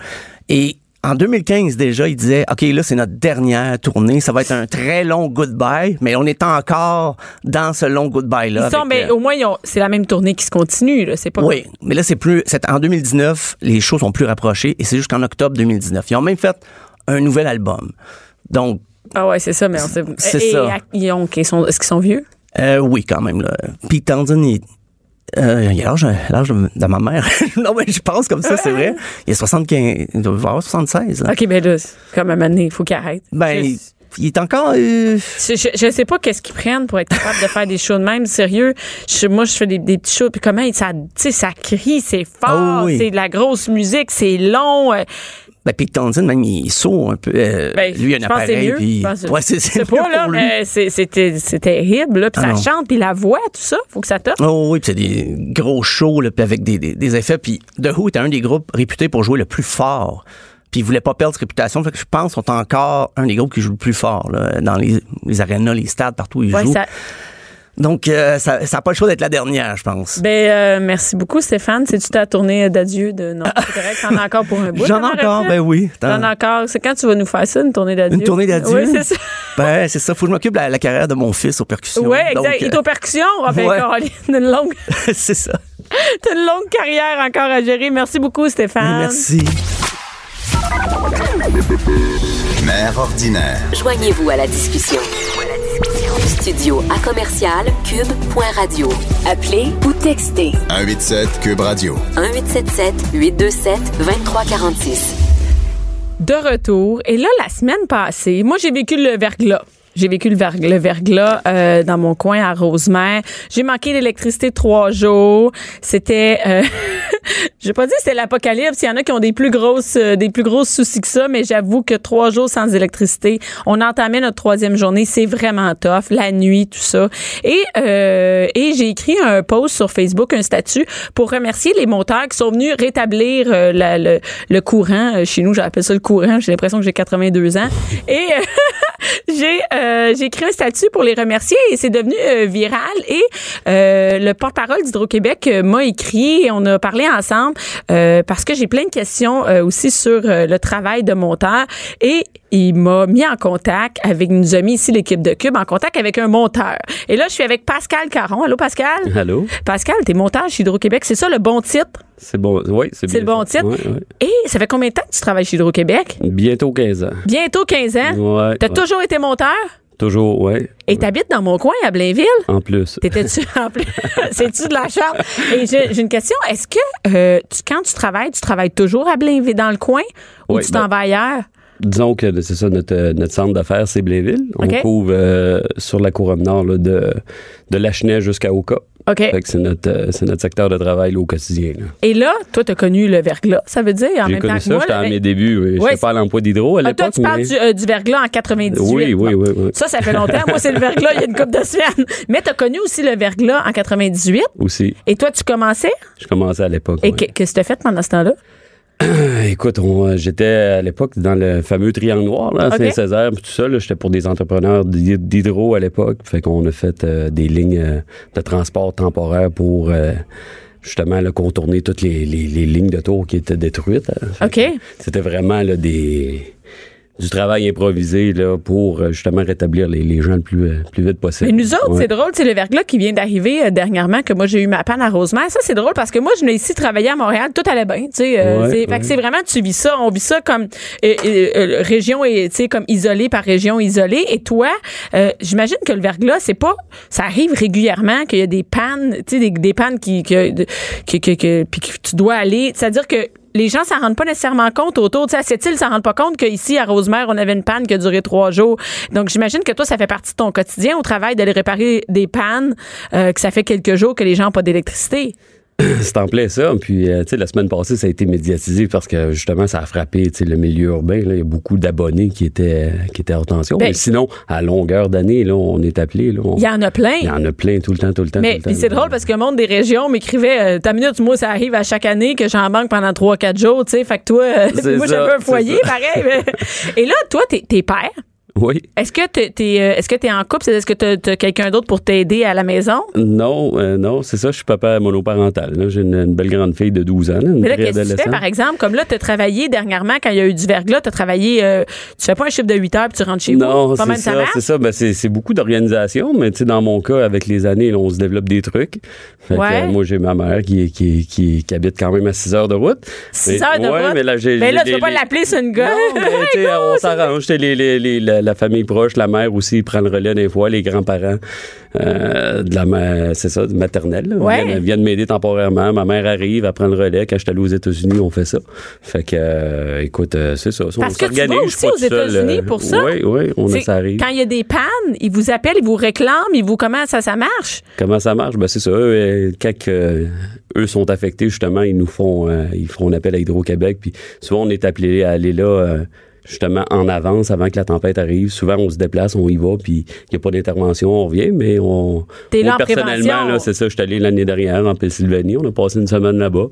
E: Et en 2015 déjà, ils disaient, OK, là, c'est notre dernière tournée. Ça va être un très long goodbye, mais on est encore dans ce long
C: Ils
E: goodbye-là.
C: sont,
E: avec,
C: ben,
E: euh,
C: au moins, ils ont- c'est la même tournée qui se continue. là. C'est pas
E: oui, mais là, c'est plus. c'est- en 2019, les choses sont plus rapprochées et c'est jusqu'en octobre 2019. Ils ont même fait un nouvel album. Donc,
C: Ah ouais, c'est ça, mais on sait.
E: C'est
C: Et- et
E: ça.
C: à- ils ont- ok, ils sont- Est-ce qu'ils sont vieux?
E: Euh, oui, quand même. Là. Puis Townsend, il, euh, il a l'âge l'âge de, de ma mère. *laughs* non, mais je pense comme ça, c'est vrai. Il a 75, il doit avoir 76. Là.
C: OK, ben là, c'est comme à un moment donné, il faut qu'ils arrêtent.
E: Ben,
C: Je-
E: il, il est encore... euh,
C: Je, je, je sais pas qu'est-ce qu'ils prennent pour être capable de faire des shows de même. Sérieux, je- moi, je fais des, des petits shows, puis comment, ça, tu sais, ça crie, c'est fort,
E: Ah oui.
C: c'est de la grosse musique, c'est long. euh,
E: ben, puis Townsend, même, il est sourd un peu. Euh,
C: ben,
E: lui, il a un
C: je pense que c'est
E: appareil.
C: mieux.
E: Puis,
C: Je pense que-
E: ouais, c'est
C: je
E: c'est
C: sais
E: mieux
C: pas, là,
E: pour lui.
C: mais c'est- c'était- c'est terrible, là, puis
E: Ah
C: ça
E: non.
C: chante, puis la voix, tout ça, faut que ça tape.
E: Oh oui, puis c'est des gros shows là, puis avec des, des- des effets. Puis The Who était un des groupes réputés pour jouer le plus fort. Puis ils voulaient pas perdre cette réputation. Fait que je pense qu'ils sont encore un des groupes qui joue le plus fort là, dans les, les arénas, les stades, partout où ils
C: Ouais,
E: jouent.
C: ça-
E: Donc, euh, ça n'a pas le choix d'être la dernière, je pense.
C: ben, euh, merci beaucoup, Stéphane. C'est-tu ta tournée d'adieu de. Non, c'est correct, t'en as encore pour un bout.
E: J'en
C: t'en
E: ai encore,
C: aurais fait?
E: ben oui.
C: T'en as encore. C'est quand tu vas nous faire ça, une tournée d'adieu?
E: Une tournée d'adieu?
C: Oui, c'est ça.
E: Ben, c'est ça. Faut que je m'occupe de la, la carrière de mon fils aux percussions.
C: Oui, exact.
E: Donc, euh,
C: Et aux percussions, ah ben,
E: ouais.
C: Caroline, une longue,
E: euh, *laughs* c'est ça.
C: t'as une longue carrière encore à gérer. Merci beaucoup, Stéphane.
E: Merci.
B: Mère ordinaire.
A: Joignez-vous à la discussion. Studio à commercial cube.radio. Appelez ou textez
B: 187 Cube Radio.
A: 1877 827 2346.
C: De retour. Et là, la semaine passée, moi, j'ai vécu le verglas. J'ai vécu le, verg- le verglas euh, dans mon coin à Rosemère. J'ai manqué d'électricité trois jours. C'était, euh, *laughs* je vais pas dire que c'était l'apocalypse. Il y en a qui ont des plus grosses, euh, des plus grosses soucis que ça, mais j'avoue que trois jours sans électricité, on entamait notre troisième journée. C'est vraiment tough. La nuit, tout ça. Et euh, et j'ai écrit un post sur Facebook, un statut pour remercier les monteurs qui sont venus rétablir euh, la- le, le courant. Euh, Chez nous, j'appelle ça le courant. J'ai l'impression que j'ai 82 ans. Et euh, j'ai euh, j'ai écrit un statut pour les remercier et c'est devenu euh, viral. Et euh, le porte-parole d'Hydro-Québec euh, m'a écrit et on a parlé ensemble euh, parce que j'ai plein de questions euh, aussi sur euh, le travail de monteur. Et il m'a mis en contact avec, il nous a mis ici l'équipe de Cube, en contact avec un monteur. Et là, je suis avec Pascal Caron. Allô, Pascal?
G: Allô?
C: Pascal, t'es monteur chez Hydro-Québec. C'est ça le bon titre?
G: C'est bon. Oui, c'est
C: C'est
G: bien
C: le bon
G: ça.
C: titre?
G: Ouais, ouais.
C: Et ça fait combien de temps que tu travailles chez Hydro-Québec?
G: Bientôt 15 ans.
C: Bientôt 15 ans.
G: Ouais,
C: T'as
G: ouais.
C: toujours été monteur?
G: Toujours, ouais.
C: Et t'habites dans mon coin à Blainville?
G: En plus. *laughs*
C: T'étais-tu en plus? C'est-tu de la charte? Et j'ai j'ai une question. Est-ce que euh, tu- quand tu travailles, tu travailles toujours à Blainville dans le coin ou
G: Oui,
C: tu t'en
G: ben-
C: vas ailleurs?
G: Disons que c'est ça, notre, euh, notre centre d'affaires, c'est Blainville. On
C: OK.
G: couvre euh, sur la couronne nord là, de, de Lachenay jusqu'à Oka.
C: OK.
G: Fait que c'est notre, euh, c'est notre secteur de travail là, au quotidien. là.
C: Et là, toi, t'as connu le verglas, ça veut dire? En
G: J'ai
C: même temps
G: connu
C: que
G: ça,
C: moi,
G: j'étais
C: là,
G: à
C: mais-
G: mes débuts. oui.
C: Ouais,
G: J'étais pas à l'emploi d'hydro à
C: Ah, toi,
G: l'époque.
C: tu parles
G: mais-
C: du, euh, du verglas en 98.
G: Oui, oui,
C: Bon.
G: oui, oui.
C: Ça, ça fait longtemps. Moi, c'est le verglas il y a une couple de semaines. Mais t'as connu aussi le verglas en 98.
G: Aussi,
C: Et toi, tu commençais?
G: je commençais à l'époque.
C: Et
G: ouais.
C: que- qu'est-ce que t'as fait pendant ce temps-là?
G: Écoute, on, euh, j'étais à l'époque dans le fameux triangle noir, là, à
C: OK.
G: Saint-Césaire, puis tout ça. là, J'étais pour des entrepreneurs d'hy- d'hydro à l'époque. Fait qu'on a fait euh, des lignes euh, de transport temporaire pour euh, justement là, contourner toutes les, les- les lignes de tour qui étaient détruites. hein. Fait
C: OK.
G: que C'était vraiment là, des du travail improvisé là, pour euh, justement rétablir les, les gens le plus, euh, plus vite possible.
C: Mais nous autres,
G: Ouais.
C: c'est drôle, c'est le verglas qui vient d'arriver euh, dernièrement que moi j'ai eu ma panne à Rosemère. Ça, c'est drôle parce que moi, je venais ici travailler à Montréal, tout allait bien. Tu sais, euh,
G: Ouais,
C: c'est,
G: ouais.
C: fait que c'est vraiment, tu vis ça, on vit ça comme euh, euh, euh, région et tu sais, comme isolé par région isolée. Et toi, euh, j'imagine que le verglas, c'est pas, ça arrive régulièrement qu'il y a des pannes, tu sais, des, des pannes qui, que, de- que, que, que- puis que tu dois aller. C'est-à-dire que les gens s'en rendent pas nécessairement compte autour. Tu sais, à cette île, s'en rendent pas compte qu'ici, à Rosemère, on avait une panne qui a duré trois jours. Donc, j'imagine que toi, ça fait partie de ton quotidien au travail d'aller réparer des pannes, euh, que ça fait quelques jours que les gens n'ont pas d'électricité.
G: C'est en plein ça. Puis, euh, tu sais, la semaine passée, ça a été médiatisé parce que, justement, ça a frappé, tu sais, le milieu urbain. là. Il y a beaucoup d'abonnés qui étaient, qui étaient hors tension.
C: Ben-
G: mais sinon, à longueur d'année, là, on est appelé, là. on-
C: Il y en a plein.
G: Il y en a plein tout le temps, tout le temps.
C: Mais
G: tout le
C: puis
G: temps.
C: c'est drôle parce que le monde des régions m'écrivait euh, ta minute moi ça arrive à chaque année que j'en manque pendant 3 4 jours, tu sais, fait que toi euh,
G: C'est
C: moi
G: ça,
C: j'avais un
G: c'est
C: foyer
G: ça.
C: pareil. mais- Et là toi t'es t'es père.
G: Oui.
C: Est-ce que t'es t'es, euh, est-ce que t'es en couple, C'est- est-ce que t'as t'as quelqu'un d'autre pour t'aider à la maison
G: Non, euh, non, c'est ça, je suis papa monoparental. là. J'ai une, une belle grande fille de 12 ans, là, une
C: Mais là qu'est-ce que tu fais
G: préadolescente.
C: par exemple comme là t'as travaillé dernièrement quand il y a eu du verglas, t'as travaillé euh, tu fais pas un chiffre de 8 heures puis tu rentres chez vous.
G: Non,
C: Pas
G: c'est
C: même
G: ça,
C: marche?
G: c'est ça. Ben, c'est c'est beaucoup d'organisation, mais tu sais, dans mon cas, avec les années, là, on se développe des trucs. Fait que,
C: Ouais.
G: euh, moi, j'ai ma mère qui, qui, qui, qui habite quand même à 6 heures de route.
C: 6
G: Mais-
C: heures de
G: ouais,
C: route.
G: Mais là, j'ai-
C: Mais
G: j'ai
C: là, tu
G: des-
C: peux pas
G: les-
C: l'appeler sur une
G: Non,
C: gueule. *laughs*
G: mais, tu sais, on s'arrange. Tu sais, Les, les, les- la, la famille proche, la mère aussi prend le relais des fois, les grands-parents euh, de la ma- c'est ça, de maternelle. là,
C: Ouais.
G: viennent, viennent m'aider temporairement. Ma mère arrive, elle prend le relais. Quand je suis allé aux États-Unis, on fait ça. Fait que, euh, écoute, euh, c'est ça.
C: Parce
G: on
C: que tu vas
G: s'organise, je
C: aussi
G: suis pas
C: aux
G: tout seul,
C: États-Unis
G: euh,
C: pour ça.
G: Oui, oui, on a
C: C'est-
G: ça arrive.
C: Quand il y a des pannes, ils vous appellent, ils vous réclament, ils vous comment ça ça marche
G: Comment ça marche? Ben, c'est ça. Eux, euh, quand que, euh, eux sont affectés, justement, ils nous font, euh, ils font un appel à Hydro-Québec. Puis souvent, on est appelé à aller là, euh, justement, en avance, avant que la tempête arrive. Souvent, on se déplace, on y va, puis il n'y a pas d'intervention, *laughs* on revient, mais on.
C: T'es là
G: moi,
C: en
G: personnellement,
C: prévention.
G: là, c'est ça. Je suis allé l'année dernière en Pennsylvanie. On a passé une semaine là-bas.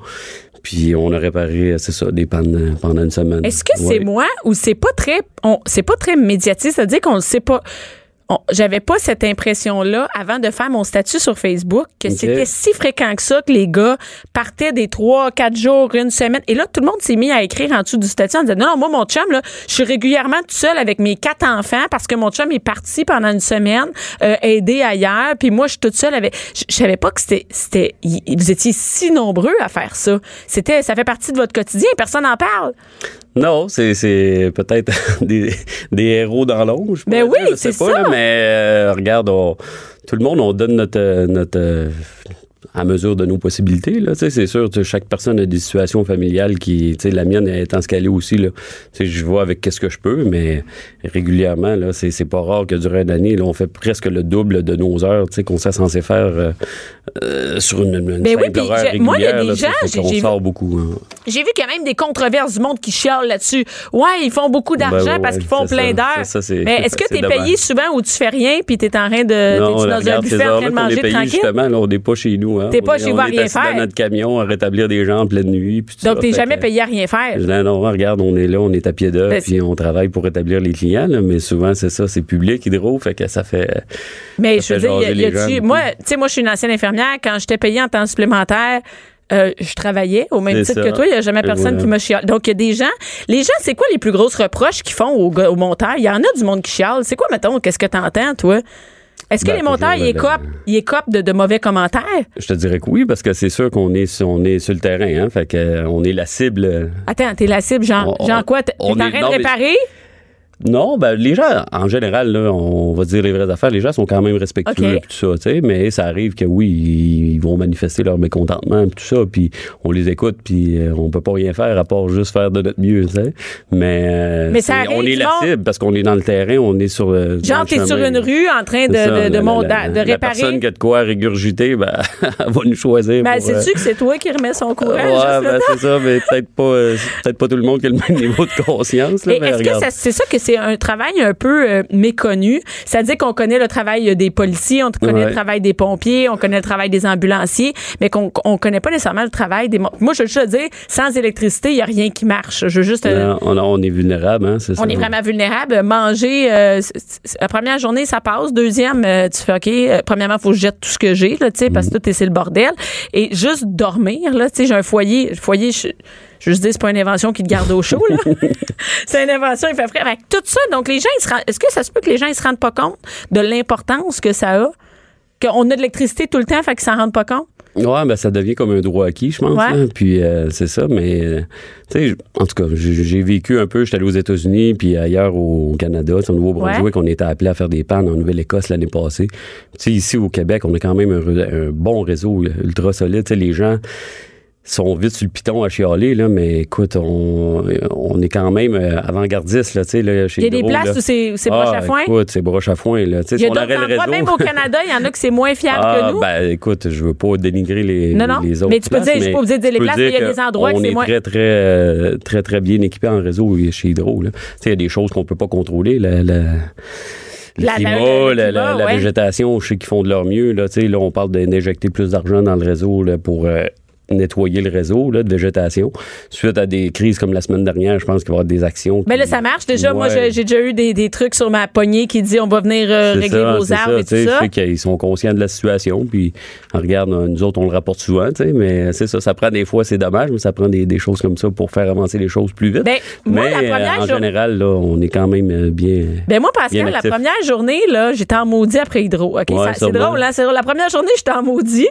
G: Puis on a réparé, euh, c'est ça, des pannes euh, pendant une semaine.
C: Est-ce que
G: Ouais.
C: c'est moi ou c'est pas très on c'est pas très médiatisé, c'est-à-dire qu'on le sait pas on- j'avais pas cette impression-là avant de faire mon statut sur Facebook que
G: Ok.
C: c'était si fréquent que ça que les gars partaient des trois, quatre jours, une semaine. Et là, tout le monde s'est mis à écrire en dessous du statut en disant Non, non, moi, mon chum, là, je suis régulièrement tout seul avec mes quatre enfants parce que mon chum est parti pendant une semaine euh, aider ailleurs. Puis moi, je suis toute seule avec. Je, je savais pas que c'était. c'était- y- Vous étiez si nombreux à faire ça. C'était, ça fait partie de votre quotidien. Personne n'en parle.
G: Non, c'est, c'est peut-être *laughs* des, des héros dans l'ombre. je
C: Ben
G: pourrais
C: oui,
G: dire, je sais
C: c'est
G: pas,
C: ça.
G: là, mais euh, regarde, on- tout le monde, on donne notre. euh, notre euh, à mesure de nos possibilités. Là, Tu sais, c'est sûr, tu sais, chaque personne a des situations familiales qui, tu sais, la mienne étant ce qu'elle est aussi, là, Tu sais, je vois avec qu'est-ce que je peux, mais régulièrement, là, c'est, c'est pas rare que durant l'année, là, on fait presque le double de nos heures tu sais, qu'on serait censé faire euh, euh, sur une, une
C: Ben oui,
G: simple
C: puis
G: horaire
C: j'ai- moi, il y a
G: régulière,
C: des
G: là, tu sais,
C: gens,
G: fait
C: j'ai-
G: qu'on
C: j'ai vu-
G: sort beaucoup. hein.
C: J'ai vu quand même des controverses du monde qui chialent là-dessus. Ouais, ils font beaucoup
G: Ben
C: d'argent
G: ouais,
C: parce qu'ils font
G: c'est
C: plein
G: ça,
C: d'heures.
G: c'est ça, c'est-
C: Mais est-ce que
G: c'est
C: t'es payé
G: dommage.
C: souvent où tu fais rien puis t'es en train de
G: Non,
C: t'es-tu dans
G: là,
C: un
G: regarde, ces
C: buffet en train
G: heures-là
C: de
G: qu'on est
C: manger
G: payé,
C: tranquille?
G: Justement, là, on n'est pas chez nous. Hein.
C: T'es pas
G: On est-
C: chez vous
G: on
C: à
G: est
C: rien
G: assis
C: faire.
G: dans notre camion à rétablir des gens en pleine nuit. Puis tout
C: Donc
G: ça,
C: t'es
G: fait
C: jamais
G: que-
C: payé à rien faire.
G: Non, non, regarde, on est là, on est à pied d'œuvre,
C: Ben, c'est-
G: puis on travaille pour rétablir les clients, là, mais souvent, c'est ça, c'est public, hydro, fait que ça fait...
C: Mais je
G: Ça
C: veux
G: fait
C: dire, y a-
G: jaser
C: y
G: les gens
C: a-tu.
G: beaucoup.
C: Moi, tu sais, moi, je suis une ancienne infirmière. Quand j'étais payée en temps supplémentaire, euh, je travaillais au même
G: C'est
C: titre
G: ça.
C: que toi. Il n'y a jamais
G: Et
C: personne
G: voilà.
C: qui me chiale. Donc, il y a des gens. Les gens, c'est quoi les plus grosses reproches qu'ils font aux, gars- aux monteurs? Il y en a du monde qui chiale. C'est quoi, mettons, qu'est-ce que t'entends, toi? Est-ce que
G: Ben,
C: les monteurs,
G: toujours,
C: ils
G: ben,
C: écopent, ils écopent de, de mauvais commentaires?
G: Je te dirais que oui, parce que c'est sûr qu'on est, sur- on est sur le terrain, hein, fait que euh, on est la cible... euh,
C: Attends, t'es la cible, genre,
G: On- on-
C: genre quoi? T'es t'es en
G: on
C: train
G: est-
C: de
G: non, mais-
C: réparer?
G: Non, ben, les gens, en général, là, on va dire les vraies affaires, les gens sont quand même respectueux
C: Ok.
G: et tout ça, tu sais, mais ça arrive que oui, ils vont manifester leur mécontentement et tout ça, puis on les écoute, puis euh, on peut pas rien faire à part juste faire de notre mieux, tu sais. Mais, euh,
C: Mais ça
G: c'est-
C: arrive,
G: on est la
C: genre-
G: cible parce qu'on est dans le terrain, on est sur le. dans
C: Genre,
G: le
C: t'es
G: chemin.
C: sur une rue en train de,
G: C'est ça,
C: de, de,
G: la-
C: mon-
G: la-
C: de
G: la
C: réparer.
G: personne qui a de quoi régurgiter, ben, *laughs* elle va nous choisir.
C: Ben,
G: pour, euh,
C: sais-tu que c'est toi qui remets son courant?
G: ouais,
C: juste le
G: ben, c'est ça, mais peut-être pas, euh, c'est peut-être pas tout le monde qui a le même niveau de conscience. Là,
C: Et
G: mais
C: est-ce que
G: regarde.
C: ça- c'est ça que c'est un travail un peu euh, méconnu? C'est-à-dire qu'on connaît le travail des policiers, on connaît le
G: Ouais.
C: travail des pompiers, on connaît le travail des ambulanciers, mais qu'on on connaît pas nécessairement le travail des... mon- Moi, je veux juste te dire, sans électricité, il y a rien qui marche. Je veux juste... euh,
G: Non, on, on est vulnérable, hein, c'est ça.
C: on est vraiment vulnérable. Manger, euh, c- c- la première journée, ça passe. Deuxième, euh, tu fais OK. euh, premièrement, faut que je jette tout ce que j'ai, là, tu sais,
G: Mm.
C: parce que tout est c'est le bordel. Et juste dormir, là, tu sais, j'ai un foyer. Le foyer, je, je veux juste dire, c'est pas une invention qui te garde au chaud,
G: *laughs*
C: là. c'est une invention, il fait frais. Fait que tout ça, donc les gens, ils se rendent- est-ce que ça se peut que les gens, ils se rendent pas compte de l'importance que ça a? Qu'on a de l'électricité tout le temps, fait qu'ils s'en rendent pas compte?
G: Ouais, ben ça devient comme un droit acquis, je pense.
C: Ouais.
G: hein. Puis euh, c'est ça, mais euh, tu sais, je- en tout cas, j'ai j'ai vécu un peu. J'étais allé aux États-Unis, puis ailleurs au Canada, tu sais, au Nouveau-Brunswick, on était appelé à faire des pannes en Nouvelle-Écosse l'année passée. Tu sais, ici au Québec, on a quand même un, re- un bon réseau ultra solide. Tu sais, les gens sont vite sur le piton à chialer, là, mais écoute, on, on est quand même euh, avant-gardiste, là, tu sais, là, chez
C: Il y a des
G: Hydro,
C: places
G: là.
C: où c'est c'est
G: Ah,
C: broche à foin.
G: Écoute, c'est broche à foin, là. Tu sais,
C: Il y
G: si
C: a
G: on aurait
C: d'autres
G: le
C: endroits,
G: réseau.
C: même au Canada, il y en a que c'est moins fiable
G: *laughs* Ah,
C: que nous.
G: ben écoute, je veux pas dénigrer les,
C: Non, non,
G: les autres.
C: mais tu peux
G: places,
C: dire- je suis pas obligée de dire les
G: je peux
C: places, mais il y a
G: que
C: des endroits que
G: on
C: c'est
G: est
C: moins-
G: très, très, euh, très, très bien équipé en réseau chez Hydro. là. Tu sais, il y a des choses qu'on peut pas contrôler. La, la- le
C: La- la-
G: climat,
C: le
G: Oh, la,
C: climat,
G: la- la
C: ouais.
G: végétation, je sais qu'ils font de leur mieux. Là, Tu sais, là on parle d'in- d'injecter plus d'argent dans le réseau là, pour euh, nettoyer le réseau là, de végétation. Suite à des crises comme la semaine dernière, je pense qu'il va y avoir des actions.
C: Mais là,
G: qui-
C: ça marche. Déjà, moi,
G: Ouais.
C: je- j'ai déjà eu des, des trucs sur ma poignée qui dit on va venir euh,
G: C'est
C: régler
G: ça,
C: vos
G: c'est
C: arbres et
G: tu sais,
C: tout ça.
G: Je sais qu'ils sont conscients de la situation, puis on regarde, euh, nous autres, on le rapporte souvent, tu sais, mais c'est ça, ça prend des fois, c'est dommage, mais ça prend des, des choses comme ça pour faire avancer les choses plus vite.
C: Ben, moi,
G: mais
C: la première
G: euh, en
C: jour-
G: général, là, on est quand même euh, bien.
C: Ben moi,
G: Bien
C: Pascal, la
G: actif.
C: première journée, là, j'étais en maudit après Hydro. OK,
G: Ouais,
C: ça- c'est
G: sûrement.
C: drôle, là. C'est drôle. La première journée, j'étais en maudit.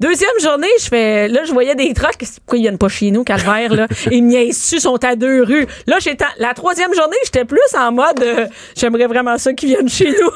C: Deuxième journée, je fais, là, je voyais des trucks. Pourquoi ils viennent pas chez nous, Calvaire,
G: *laughs*
C: là? ils me niaisent ils sont à deux rues. Là, j'étais, en- la troisième journée, j'étais plus en mode, euh, j'aimerais vraiment ça qu'ils viennent chez
G: *laughs*
C: nous.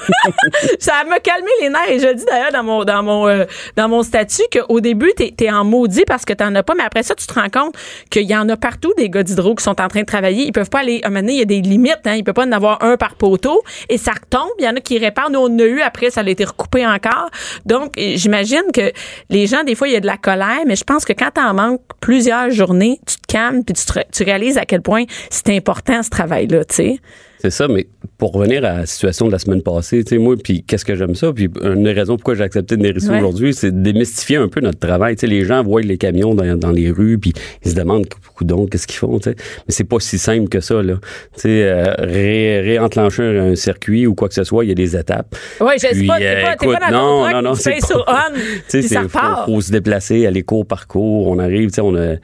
C: ça m'a calmé les nerfs. Et je le dis d'ailleurs dans mon, dans mon, euh, dans mon statut qu'au début, t'es, t'es en maudit parce que t'en as pas. Mais après ça, tu te rends compte qu'il y en a partout des gars d'hydro qui sont en train de travailler. Ils peuvent pas aller, à un moment donné, il y a des limites, hein. Il peut pas en avoir un par poteau. Et ça retombe. Il y en a qui réparent. Nous, on en a eu après, ça a été recoupé encore. Donc, et j'imagine que les gens, des fois, il y a de la colère, mais je pense que quand t'en manques plusieurs journées, tu te calmes puis tu, te- tu réalises à quel point c'est important ce travail-là, tu sais.
G: C'est ça, mais pour revenir à la situation de la semaine passée, tu sais, moi, puis qu'est-ce que j'aime ça, puis une des raisons pourquoi j'ai accepté de réseaux
C: Ouais.
G: aujourd'hui, c'est de démystifier un peu notre travail. Tu sais, les gens voient les camions dans, dans les rues, puis ils se demandent, coudon, qu'est-ce qu'ils font, tu sais. Mais c'est pas si simple que ça, là. Tu sais, euh, ré- réenclencher un, un circuit ou quoi que ce soit, il y a des étapes.
C: Oui, je sais
G: Puis,
C: pas, t'es pas, t'es pas dans ton
G: euh, écoute,
C: truck,
G: non, non, non,
C: tu
G: c'est
C: fais
G: pas-
C: sur on,
G: *laughs* Tu
C: puis
G: sais,
C: ça
G: c'est- faut,
C: repart.
G: faut se déplacer, aller cours par cours, on arrive, tu sais, on a...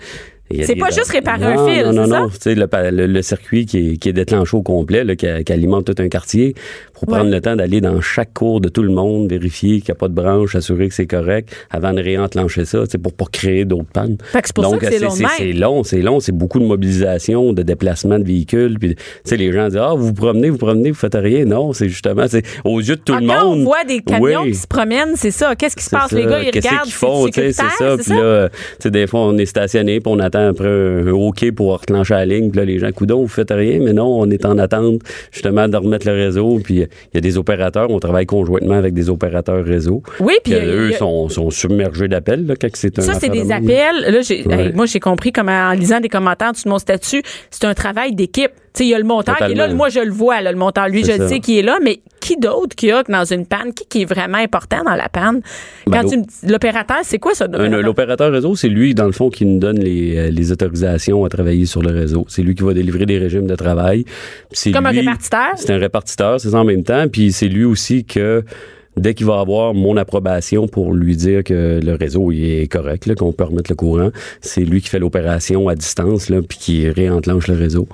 G: il y a
C: C'est
G: des-
C: pas juste réparer un
G: Non,
C: fil,
G: non, non,
C: c'est ça?
G: non. Tu sais, le, pa- le- le circuit qui est, qui est déclenché au complet, là, qui, a- qui alimente tout un quartier, pour prendre le temps d'aller dans chaque cours de tout le monde, vérifier qu'il n'y a pas de branche, assurer que c'est correct, avant de réenclencher ça, tu sais, pour pas créer d'autres pannes.
C: Fait que c'est pour ça
G: Donc,
C: que c'est long de même.
G: c'est long, c'est long, c'est beaucoup de mobilisation, de déplacement de véhicules. Puis, tu sais, les gens disent, ah, vous vous promenez, vous promenez, vous faites rien. Non, c'est justement, c'est aux yeux de tout
C: Ah,
G: le
C: Quand
G: monde.
C: on voit des camions
G: Oui.
C: qui se promènent, c'est ça. Qu'est-ce qui se
G: C'est
C: passe?
G: ça.
C: Les gars, ils
G: Qu'est-ce
C: regardent,
G: qu'ils font, tu sais,
C: sécuritaire,
G: c'est ça. Puis là, euh, tu sais, des fois, on est stationné, puis on attend après un OK pour reclencher la ligne. Puis là, les gens, coudon, vous faites rien, mais non, on est en attente, justement, de remettre le réseau. Puis euh, il y a des opérateurs, on travaille conjointement avec des opérateurs réseau.
C: Oui, puis
G: Que
C: il y a- il
G: eux
C: y a-
G: sont, sont submergés d'appels, là, quand c'est un
C: Ça, c'est
G: affaire de
C: des
G: même.
C: appels. Là, j'ai-
G: Ouais.
C: hey, moi, j'ai compris comme en lisant des commentaires de mon statut, c'est un travail d'équipe. Tu sais, il y a le monteur qui est là.
G: Totalement.
C: Moi, je le vois, là, le monteur. Lui, je
G: C'est
C: le
G: ça.
C: sais qui est là, mais qui d'autre qui a que dans une panne? Qui, qui est vraiment important dans la panne?
G: Ben,
C: Quand tu me dis- L'opérateur, c'est quoi ça?
G: Un- L'opérateur réseau, c'est lui, dans le fond, qui nous donne les, euh, les autorisations à travailler sur le réseau. C'est lui qui va délivrer des régimes de travail. Puis c'est
C: Comme un
G: lui-
C: répartiteur?
G: C'est un répartiteur, c'est ça en même temps. Puis c'est lui aussi que, dès qu'il va avoir mon approbation pour lui dire que le réseau il est correct, là, qu'on peut remettre le courant, c'est lui qui fait l'opération à distance, là, puis qui réenclenche le réseau.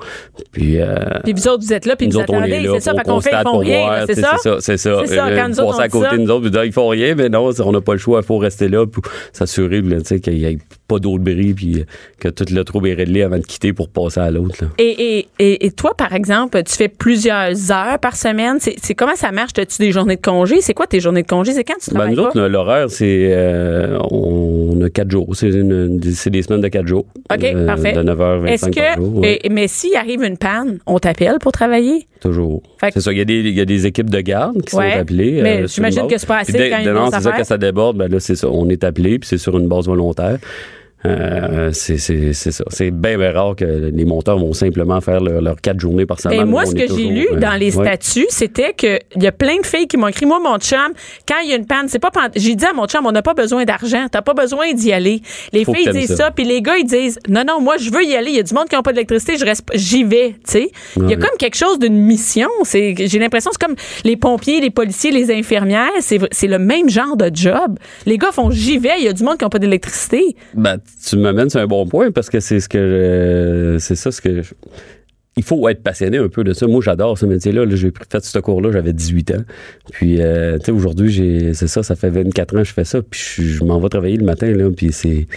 G: Puis... euh,
C: Puis vous autres, vous êtes là, puis
G: nous
C: vous
G: autres, on est
C: attendez.
G: là,
C: C'est ça,
G: on
C: fait qu'on fait, ils
G: constate
C: font
G: pour
C: rien,
G: voir,
C: là,
G: tu
C: c'est
G: sais,
C: ça?
G: C'est ça,
C: C'est ça,
G: Euh,
C: quand nous autres,
G: passer
C: on
G: à
C: dit
G: côté
C: ça.
G: de nous autres, puis, ils font rien, mais non, on n'a pas le choix, il faut rester là pour s'assurer là, tu sais, qu'il n'y ait pas d'autres bris, puis euh, que tout le trouble est réglé avant de quitter pour passer à l'autre. là.
C: Et, et, et, et toi, par exemple, tu fais plusieurs heures par semaine. C'est c'est comment ça marche? As-tu des journées de congé? C'est quoi tes journées de congé? C'est quand tu
G: Ben,
C: travailles
G: nous autres,
C: pas?
G: là, l'horaire, c'est. euh, on a quatre jours. C'est, une- c'est des semaines de quatre jours.
C: OK,
G: Euh,
C: parfait.
G: De 9h25
C: Est-ce
G: par
C: que...
G: jour. ouais,
C: et- mais s'il arrive une panne, on t'appelle pour travailler?
G: toujours.
C: Fait que-
G: c'est ça. Il y, a des, il y a des équipes de garde qui
C: Ouais,
G: sont appelées.
C: mais
G: sur une
C: j'imagine
G: base.
C: que c'est pas
G: Puis
C: assez
G: dès-
C: quand il y a
G: non,
C: une grosse
G: c'est ça,
C: affaire.
G: quand ça déborde, ben là, c'est ça. On est appelé, puis c'est sur une base volontaire. Euh, c'est, c'est, c'est ça. C'est bien, bien rare que les monteurs vont simplement faire leur- leurs quatre journées par semaine.
C: Et moi,
G: On
C: ce
G: est
C: que j'ai
G: toujours,
C: lu
G: euh,
C: dans les
G: ouais.
C: statuts, c'était que il y a plein de filles qui m'ont écrit, moi, mon chum, quand il y a une panne, c'est pas, pan- j'ai dit à mon chum, on n'a pas besoin d'argent, t'as pas besoin d'y aller. Les
G: Faut que
C: filles
G: t'aimes
C: disent
G: ça.
C: ça, puis les gars, ils disent, non, non, moi, je veux y aller. Il y a du monde qui n'a pas d'électricité, je reste, j'y vais, tu sais. Il y a
G: Ouais.
C: comme quelque chose d'une mission. C'est, j'ai l'impression, c'est comme les pompiers, les policiers, les infirmières, c'est, v- c'est le même genre de job. Les gars font, j'y vais, il y a du monde qui n'a pas d'électricité.
G: Ben, tu m'amènes sur un bon point parce que c'est ce que euh, c'est ça ce que je- il faut être passionné un peu de ça. Moi, j'adore ce métier-là. Là, j'ai pris- fait ce cours-là, j'avais 18 ans. Puis, euh, tu sais, aujourd'hui, j'ai, c'est ça, ça fait 24 ans que je fais ça. Puis, je, je m'en vais travailler le matin, là. Puis, c'est. il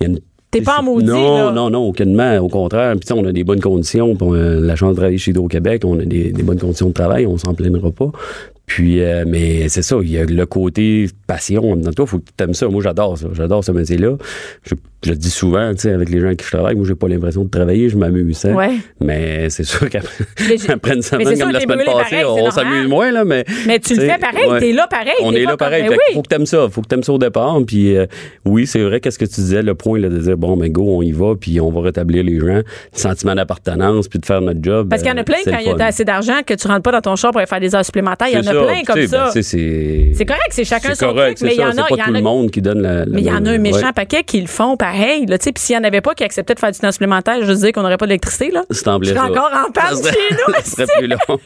G: y a une-
C: T'es pas en maudit,
G: Non,
C: là.
G: non, non, aucunement. Au contraire. Puis, tu sais, on a des euh, bonnes conditions. Puis, on a la chance de travailler chez Hydro-Québec. On a des, des bonnes conditions de travail. On s'en plaindra pas. Puis, euh, mais c'est ça, il y a le côté passion. Dans toi, faut que tu aimes ça. Moi, j'adore ça. J'adore ce métier-là. Je, je le dis souvent, tu sais, avec les gens avec qui je travaille, moi, j'ai pas l'impression de travailler, je m'amuse. hein. *laughs*
C: Ouais.
G: Mais c'est sûr qu'après
C: Mais je-
G: après une
C: mais c'est
G: semaine
C: sûr,
G: comme la
C: t'es
G: semaine
C: brûlé
G: passée,
C: pareil, c'est
G: on
C: normal.
G: s'amuse moins, là. Mais,
C: Mais tu le
G: tu sais,
C: fais pareil, t'es là pareil,
G: On
C: des
G: est
C: fois,
G: là
C: comme-
G: pareil.
C: ben
G: Fait que
C: oui.
G: Faut que t'aimes ça. Faut que t'aimes ça au départ. Puis euh, oui, c'est vrai, qu'est-ce que tu disais, le point là, de dire, bon, mais go, on y va, puis on va rétablir les gens, le sentiment d'appartenance, puis de faire notre job.
C: Parce qu'il y en
G: euh,
C: a plein,
G: c'est
C: quand
G: le
C: il y a
G: fun.
C: assez d'argent, que tu rentres pas dans ton char pour aller faire des heures supplémentaires. Il y en
G: C'est
C: a
G: ça,
C: plein
G: tu
C: comme
G: sais,
C: ça.
G: ben, c'est- c'est
C: C'est correct, c'est chacun
G: c'est
C: son
G: correct,
C: truc, mais
G: c'est
C: il y
G: ça,
C: en a, il
G: c'est
C: y
G: pas tout
C: en
G: le
C: a
G: monde qui donne la. la-
C: Mais il y en a un
G: ouais.
C: méchant paquet qui le font pareil. Là, tu sais. Puis s'il n'y en avait pas qui acceptaient de faire du temps supplémentaire, je disais qu'on n'aurait pas d'électricité. là.
G: C'est en
C: Je suis
G: blessure.
C: encore en panne
G: Ça serait-
C: chez nous.
G: *laughs* ça serait plus long.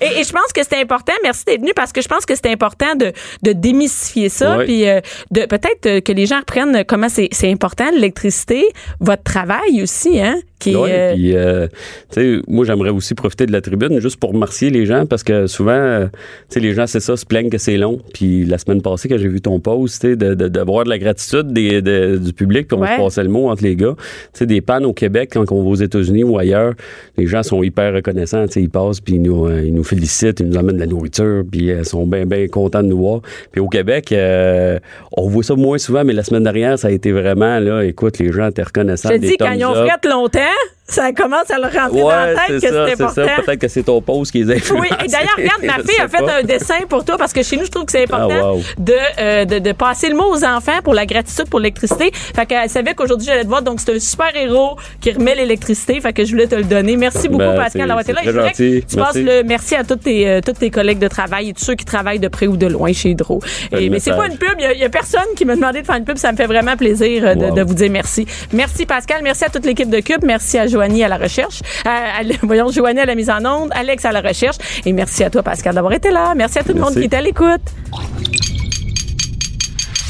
C: et, et je pense que c'était important. Merci d'être venu parce que je pense que c'était important de, de démystifier ça.
G: Ouais.
C: Puis euh, de peut-être euh, que les gens reprennent comment c'est c'est important l'électricité, votre travail aussi, hein, qui est,
G: Ouais,
C: euh,
G: puis, euh, tu sais, moi, j'aimerais aussi profiter de la tribune juste pour remercier les gens parce que souvent, euh, tu sais, les gens, c'est ça, se plaignent que c'est long. Puis la semaine passée, quand j'ai vu ton post, tu sais, de, de, d'avoir de la gratitude des, de- du public, puis on
C: Ouais.
G: se passait le mot entre les gars. Tu sais, des pannes au Québec, quand on va aux États-Unis ou ailleurs, les gens sont hyper reconnaissants. Tu sais, ils passent, puis ils nous, euh, ils nous félicitent, ils nous amènent de la nourriture, puis euh, ils sont bien, bien contents de nous voir. Puis au Québec, euh, on voit ça moins souvent, mais la semaine dernière, ça a été vraiment, là, écoute, les gens étaient reconnaissants.
C: je
G: des
C: dis, quand
G: thumbs
C: ils ont
G: up.
C: fret longtemps, ça commence à leur rentrer dans la tête
G: c'est
C: que
G: ça,
C: c'est
G: c'est ça.
C: important.
G: Peut-être que c'est ton pause qui les influence.
C: Oui, et d'ailleurs, regarde, ma
G: *laughs* Je
C: fille a
G: sais
C: fait
G: pas.
C: un dessin pour toi parce que chez nous, je trouve que c'est important
G: Ah, wow.
C: de, euh, de, de passer le mot aux enfants pour la gratitude pour l'électricité. Fait qu'elle savait qu'aujourd'hui, j'allais te voir. Donc, c'est un super héros qui remet l'électricité. Fait que je voulais te le donner. Merci beaucoup,
G: Ben,
C: Pascal,
G: c'est-
C: d'avoir été là.
G: c'est
C: Et je voudrais
G: très
C: que
G: gentil.
C: tu
G: Merci.
C: passes le merci à tous tes, euh, tous tes collègues de travail et tous ceux qui travaillent de près ou de loin chez Hydro.
G: Fais
C: Et-
G: le
C: mais c'est pas
G: message.
C: une pub. Il y a- il y, a personne qui m'a demandé de faire une pub. Ça me fait vraiment plaisir euh, de,
G: Wow.
C: de vous dire merci. Merci, Pascal. Merci à toute l'équipe de Cube. Merci à Joanie à la recherche. Euh, À- à- *laughs* voyons, Joanie à la mise en onde. Alex à la recherche. Et merci à toi, Pascal, d'avoir été là. Merci à tout le monde
G: Merci.
C: qui est à l'écoute.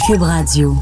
H: Cube Radio.